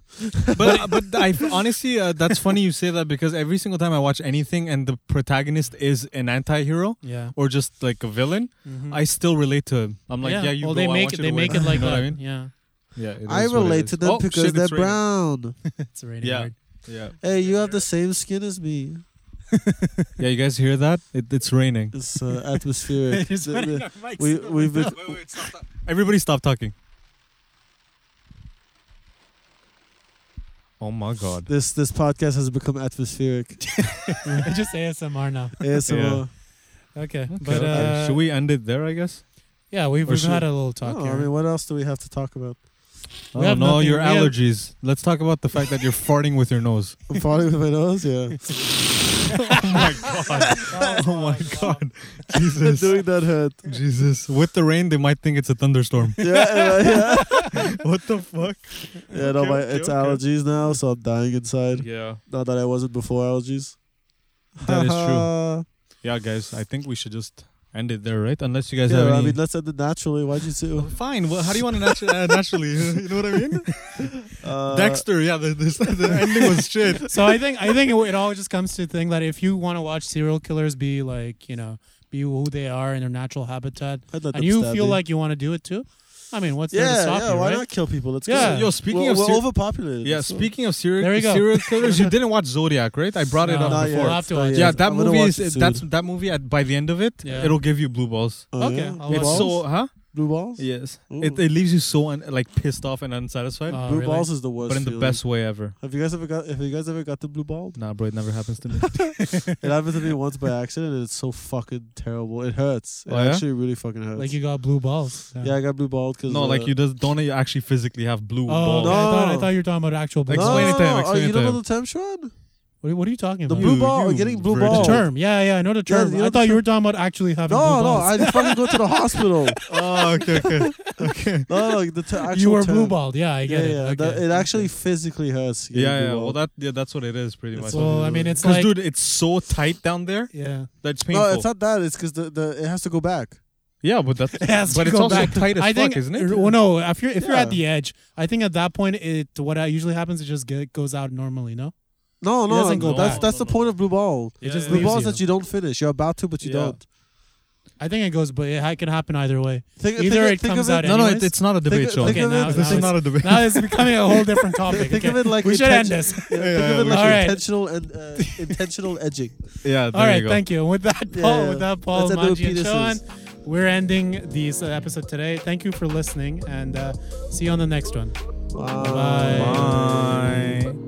Speaker 2: But [laughs] but I honestly uh, that's funny you say that because every single time I watch anything and the protagonist is an anti-hero
Speaker 1: Yeah.
Speaker 2: or just like a villain,
Speaker 1: Mhm.
Speaker 2: I still relate to him. I'm like, yeah, you
Speaker 1: Well,
Speaker 2: go.
Speaker 1: they
Speaker 2: I
Speaker 1: make
Speaker 2: want
Speaker 1: it.
Speaker 2: you
Speaker 1: They
Speaker 2: to
Speaker 1: make
Speaker 2: win.
Speaker 1: it like
Speaker 2: [laughs] you know
Speaker 1: that.
Speaker 2: What I mean?
Speaker 1: Yeah.
Speaker 2: Yeah,
Speaker 3: I relate to
Speaker 1: Oh,
Speaker 2: Oh,
Speaker 3: them because they're
Speaker 2: brown.
Speaker 3: brown.
Speaker 1: It's raining
Speaker 2: Yeah.
Speaker 1: [laughs] hard.
Speaker 2: Yeah.
Speaker 3: Hey, you have the same skin as me.
Speaker 2: Yeah, you guys hear that? It, it's raining.
Speaker 3: It's
Speaker 1: [laughs]
Speaker 3: uh, atmospheric.
Speaker 1: It's
Speaker 3: The-
Speaker 1: raining
Speaker 3: the-
Speaker 1: on mics.
Speaker 3: we we've been
Speaker 2: Everybody stop talking. Oh my god.
Speaker 3: this this podcast has become
Speaker 1: [laughs]
Speaker 3: atmospheric. uh,
Speaker 1: just ASMR now.
Speaker 3: ASMR.
Speaker 1: Okay. but
Speaker 2: Okay,
Speaker 1: uh,
Speaker 2: should we end it there, I guess?
Speaker 1: yeah, we've,
Speaker 2: or
Speaker 1: we've
Speaker 2: should-
Speaker 1: had a little talk
Speaker 3: Oh,
Speaker 1: here.
Speaker 3: I mean, what else do we have to talk about? [laughs]
Speaker 1: We
Speaker 2: oh
Speaker 1: have
Speaker 2: no,
Speaker 1: nothing-
Speaker 2: your
Speaker 1: we have- [laughs]
Speaker 2: allergies. Let's talk about the fact that you're farting with your nose.
Speaker 3: I'm falling with my nose.
Speaker 2: [laughs]
Speaker 3: Yeah,
Speaker 2: [laughs]
Speaker 3: [laughs]
Speaker 2: oh my god. Oh my god. Jesus.
Speaker 3: doing that hurt.
Speaker 2: Jesus. With the rain, they might think it's a
Speaker 3: [laughs]
Speaker 2: thunderstorm.
Speaker 3: Yeah, [laughs] yeah, yeah.
Speaker 2: what the fuck?
Speaker 3: yeah no,
Speaker 2: [laughs] Okay,
Speaker 3: my,
Speaker 2: okay,
Speaker 3: it's
Speaker 2: okay.
Speaker 3: allergies now, so I'm dying inside.
Speaker 2: Yeah.
Speaker 3: Not that I wasn't before allergies.
Speaker 2: That is
Speaker 3: [laughs]
Speaker 2: true. Yeah, guys, I think we should just end it there, right? Unless you guys have
Speaker 3: Yeah,
Speaker 2: any.
Speaker 3: I mean, let's end it naturally. Why'd you say?
Speaker 1: [laughs]
Speaker 2: Fine. Well, how do you want to natu- uh, naturally? [laughs] You know what I mean?
Speaker 3: Uh,
Speaker 2: Dexter. Yeah, the, the, [laughs] the ending was
Speaker 3: [laughs]
Speaker 1: [laughs]
Speaker 2: shit.
Speaker 1: so I think I think it, it all just comes to the thing that if you want to watch serial killers be like you know be who they are in their natural habitat,
Speaker 3: I'd let
Speaker 1: and
Speaker 3: them
Speaker 1: you
Speaker 3: stab
Speaker 1: feel
Speaker 3: me.
Speaker 1: like you want to do it too, I mean, what's there to
Speaker 3: yeah,
Speaker 1: stop
Speaker 3: yeah.
Speaker 1: you,
Speaker 3: why
Speaker 1: right?
Speaker 3: not kill people? Let's
Speaker 1: Yeah.
Speaker 3: go.
Speaker 2: Yo, speaking
Speaker 3: we're,
Speaker 2: of
Speaker 3: we're
Speaker 2: ser-
Speaker 3: overpopulated.
Speaker 2: yeah,
Speaker 3: so-
Speaker 2: speaking of serial
Speaker 1: There you go.
Speaker 2: serial killers,
Speaker 1: [laughs]
Speaker 2: you didn't watch Zodiac, right? I brought it
Speaker 1: No.
Speaker 2: up
Speaker 1: Not
Speaker 2: before.
Speaker 1: We'll have to watch
Speaker 3: Not
Speaker 1: it.
Speaker 2: Yeah,
Speaker 1: yet.
Speaker 2: that
Speaker 3: I'm gonna
Speaker 2: movie
Speaker 3: watch
Speaker 2: is
Speaker 3: it soon.
Speaker 2: that's that movie. At by the end of it,
Speaker 1: Yeah.
Speaker 2: it'll give you blue balls.
Speaker 3: Oh,
Speaker 1: Okay,
Speaker 3: yeah?
Speaker 1: I'll
Speaker 3: Blue
Speaker 1: watch
Speaker 2: it's
Speaker 1: it.
Speaker 3: balls?
Speaker 2: so huh?
Speaker 3: blue balls.
Speaker 2: Yes,
Speaker 3: Ooh.
Speaker 2: it, it leaves you so un- like pissed off and unsatisfied,
Speaker 1: Oh,
Speaker 3: blue
Speaker 1: really?
Speaker 3: balls is the worst.
Speaker 2: but in the
Speaker 3: feeling.
Speaker 2: best way ever.
Speaker 3: Have you guys ever got? Have you guys ever got the blue [laughs] ball?
Speaker 2: Nah, bro, it never happens
Speaker 3: [laughs]
Speaker 2: to me.
Speaker 3: It happened to me once by accident, and it's so fucking terrible. It hurts. It
Speaker 2: Oh, yeah?
Speaker 3: actually really fucking hurts.
Speaker 1: Like you got blue balls.
Speaker 3: yeah, I got blue balled because
Speaker 2: no,
Speaker 3: uh,
Speaker 2: like you just don't e-, actually physically have blue
Speaker 1: Oh,
Speaker 2: balls.
Speaker 1: okay. I, thought, I
Speaker 3: No.
Speaker 1: thought you were talking about actual blue
Speaker 3: No,
Speaker 2: Explain
Speaker 1: balls.
Speaker 2: it to him,
Speaker 3: no, no. Oh,
Speaker 2: explain it
Speaker 3: you
Speaker 2: to
Speaker 3: don't know
Speaker 2: him.
Speaker 3: the Thames Run?
Speaker 1: What are, what are you talking
Speaker 3: The
Speaker 1: about?
Speaker 3: blue
Speaker 2: You-
Speaker 3: ball,
Speaker 2: you
Speaker 3: getting blue
Speaker 2: virgin.
Speaker 1: The
Speaker 3: ball.
Speaker 1: term. Yeah, yeah, I know the
Speaker 3: Yeah,
Speaker 1: term.
Speaker 3: you know
Speaker 1: I
Speaker 3: the
Speaker 1: thought you were talking about actually having
Speaker 3: No,
Speaker 1: blue
Speaker 3: no,
Speaker 1: balls.
Speaker 3: I fucking go to [laughs] the hospital.
Speaker 2: [laughs] Oh, okay, okay, okay.
Speaker 3: No, no,
Speaker 2: [laughs]
Speaker 3: the ter- actual
Speaker 1: you were
Speaker 3: term.
Speaker 1: blue balled. Yeah, I
Speaker 3: Yeah,
Speaker 1: get
Speaker 3: yeah.
Speaker 1: it.
Speaker 3: that-
Speaker 1: Okay.
Speaker 3: it actually physically hurts. getting
Speaker 2: Yeah,
Speaker 3: blue
Speaker 2: yeah. Well,
Speaker 3: ball.
Speaker 2: that yeah, that's what it is, pretty
Speaker 1: It's-
Speaker 2: much.
Speaker 1: well, I mean, it's
Speaker 2: Because,
Speaker 1: like
Speaker 2: dude, it's so tight down there
Speaker 1: yeah.
Speaker 2: that it's painful.
Speaker 3: no, it's not that. It's because the, the it has to go back.
Speaker 2: yeah, but
Speaker 1: [laughs]
Speaker 2: that's
Speaker 1: It has
Speaker 2: but
Speaker 1: to
Speaker 2: it's
Speaker 1: go
Speaker 2: also
Speaker 1: back.
Speaker 2: tight as
Speaker 1: I
Speaker 2: fuck,
Speaker 1: think,
Speaker 2: isn't it?
Speaker 1: Well, no, if you're if you're
Speaker 3: Yeah.
Speaker 1: at the edge, I think at that point, it what uh, usually happens, it just get, goes out normally. No,
Speaker 3: No, no,
Speaker 1: doesn't go
Speaker 3: that's
Speaker 1: back.
Speaker 3: that's
Speaker 2: No,
Speaker 3: the
Speaker 2: no,
Speaker 3: point
Speaker 2: no.
Speaker 3: of blue ball.
Speaker 1: it
Speaker 2: Yeah,
Speaker 1: just
Speaker 2: yeah.
Speaker 3: Blue
Speaker 1: leaves
Speaker 3: ball is
Speaker 1: you.
Speaker 3: that you don't finish. You're about to, but you
Speaker 2: Yeah.
Speaker 3: don't.
Speaker 1: I think it goes, but it, it can happen either
Speaker 3: [laughs]
Speaker 1: way.
Speaker 3: Think,
Speaker 1: Either
Speaker 3: think,
Speaker 1: it
Speaker 3: think
Speaker 1: comes
Speaker 3: of
Speaker 1: out
Speaker 3: it,
Speaker 2: no, no,
Speaker 1: anyways.
Speaker 2: it, it's not a debate,
Speaker 3: think
Speaker 2: Sean.
Speaker 3: of
Speaker 1: Okay,
Speaker 3: it-
Speaker 1: now-
Speaker 3: think
Speaker 2: this
Speaker 1: now
Speaker 2: is
Speaker 1: it's-
Speaker 2: not a debate.
Speaker 1: Now it's becoming a whole different topic.
Speaker 3: [laughs] Think of
Speaker 1: okay?
Speaker 3: it like
Speaker 1: we should end
Speaker 3: intention-
Speaker 1: this.
Speaker 3: yeah,
Speaker 2: Yeah,
Speaker 3: [laughs] think of it
Speaker 2: yeah,
Speaker 3: like
Speaker 1: all right.
Speaker 3: intentional and uh, intentional edging.
Speaker 2: yeah, there
Speaker 1: All
Speaker 2: you
Speaker 1: right,
Speaker 2: go.
Speaker 1: thank you. And With that,
Speaker 3: Yeah,
Speaker 1: Paul,
Speaker 3: yeah.
Speaker 1: with that, Paul,
Speaker 3: Let's end with
Speaker 1: Manji, and Sean,
Speaker 3: penises.
Speaker 1: we're ending this uh, episode today. Thank you for listening, and uh, see you on the next one.
Speaker 3: Wow.
Speaker 1: Bye.
Speaker 2: Bye.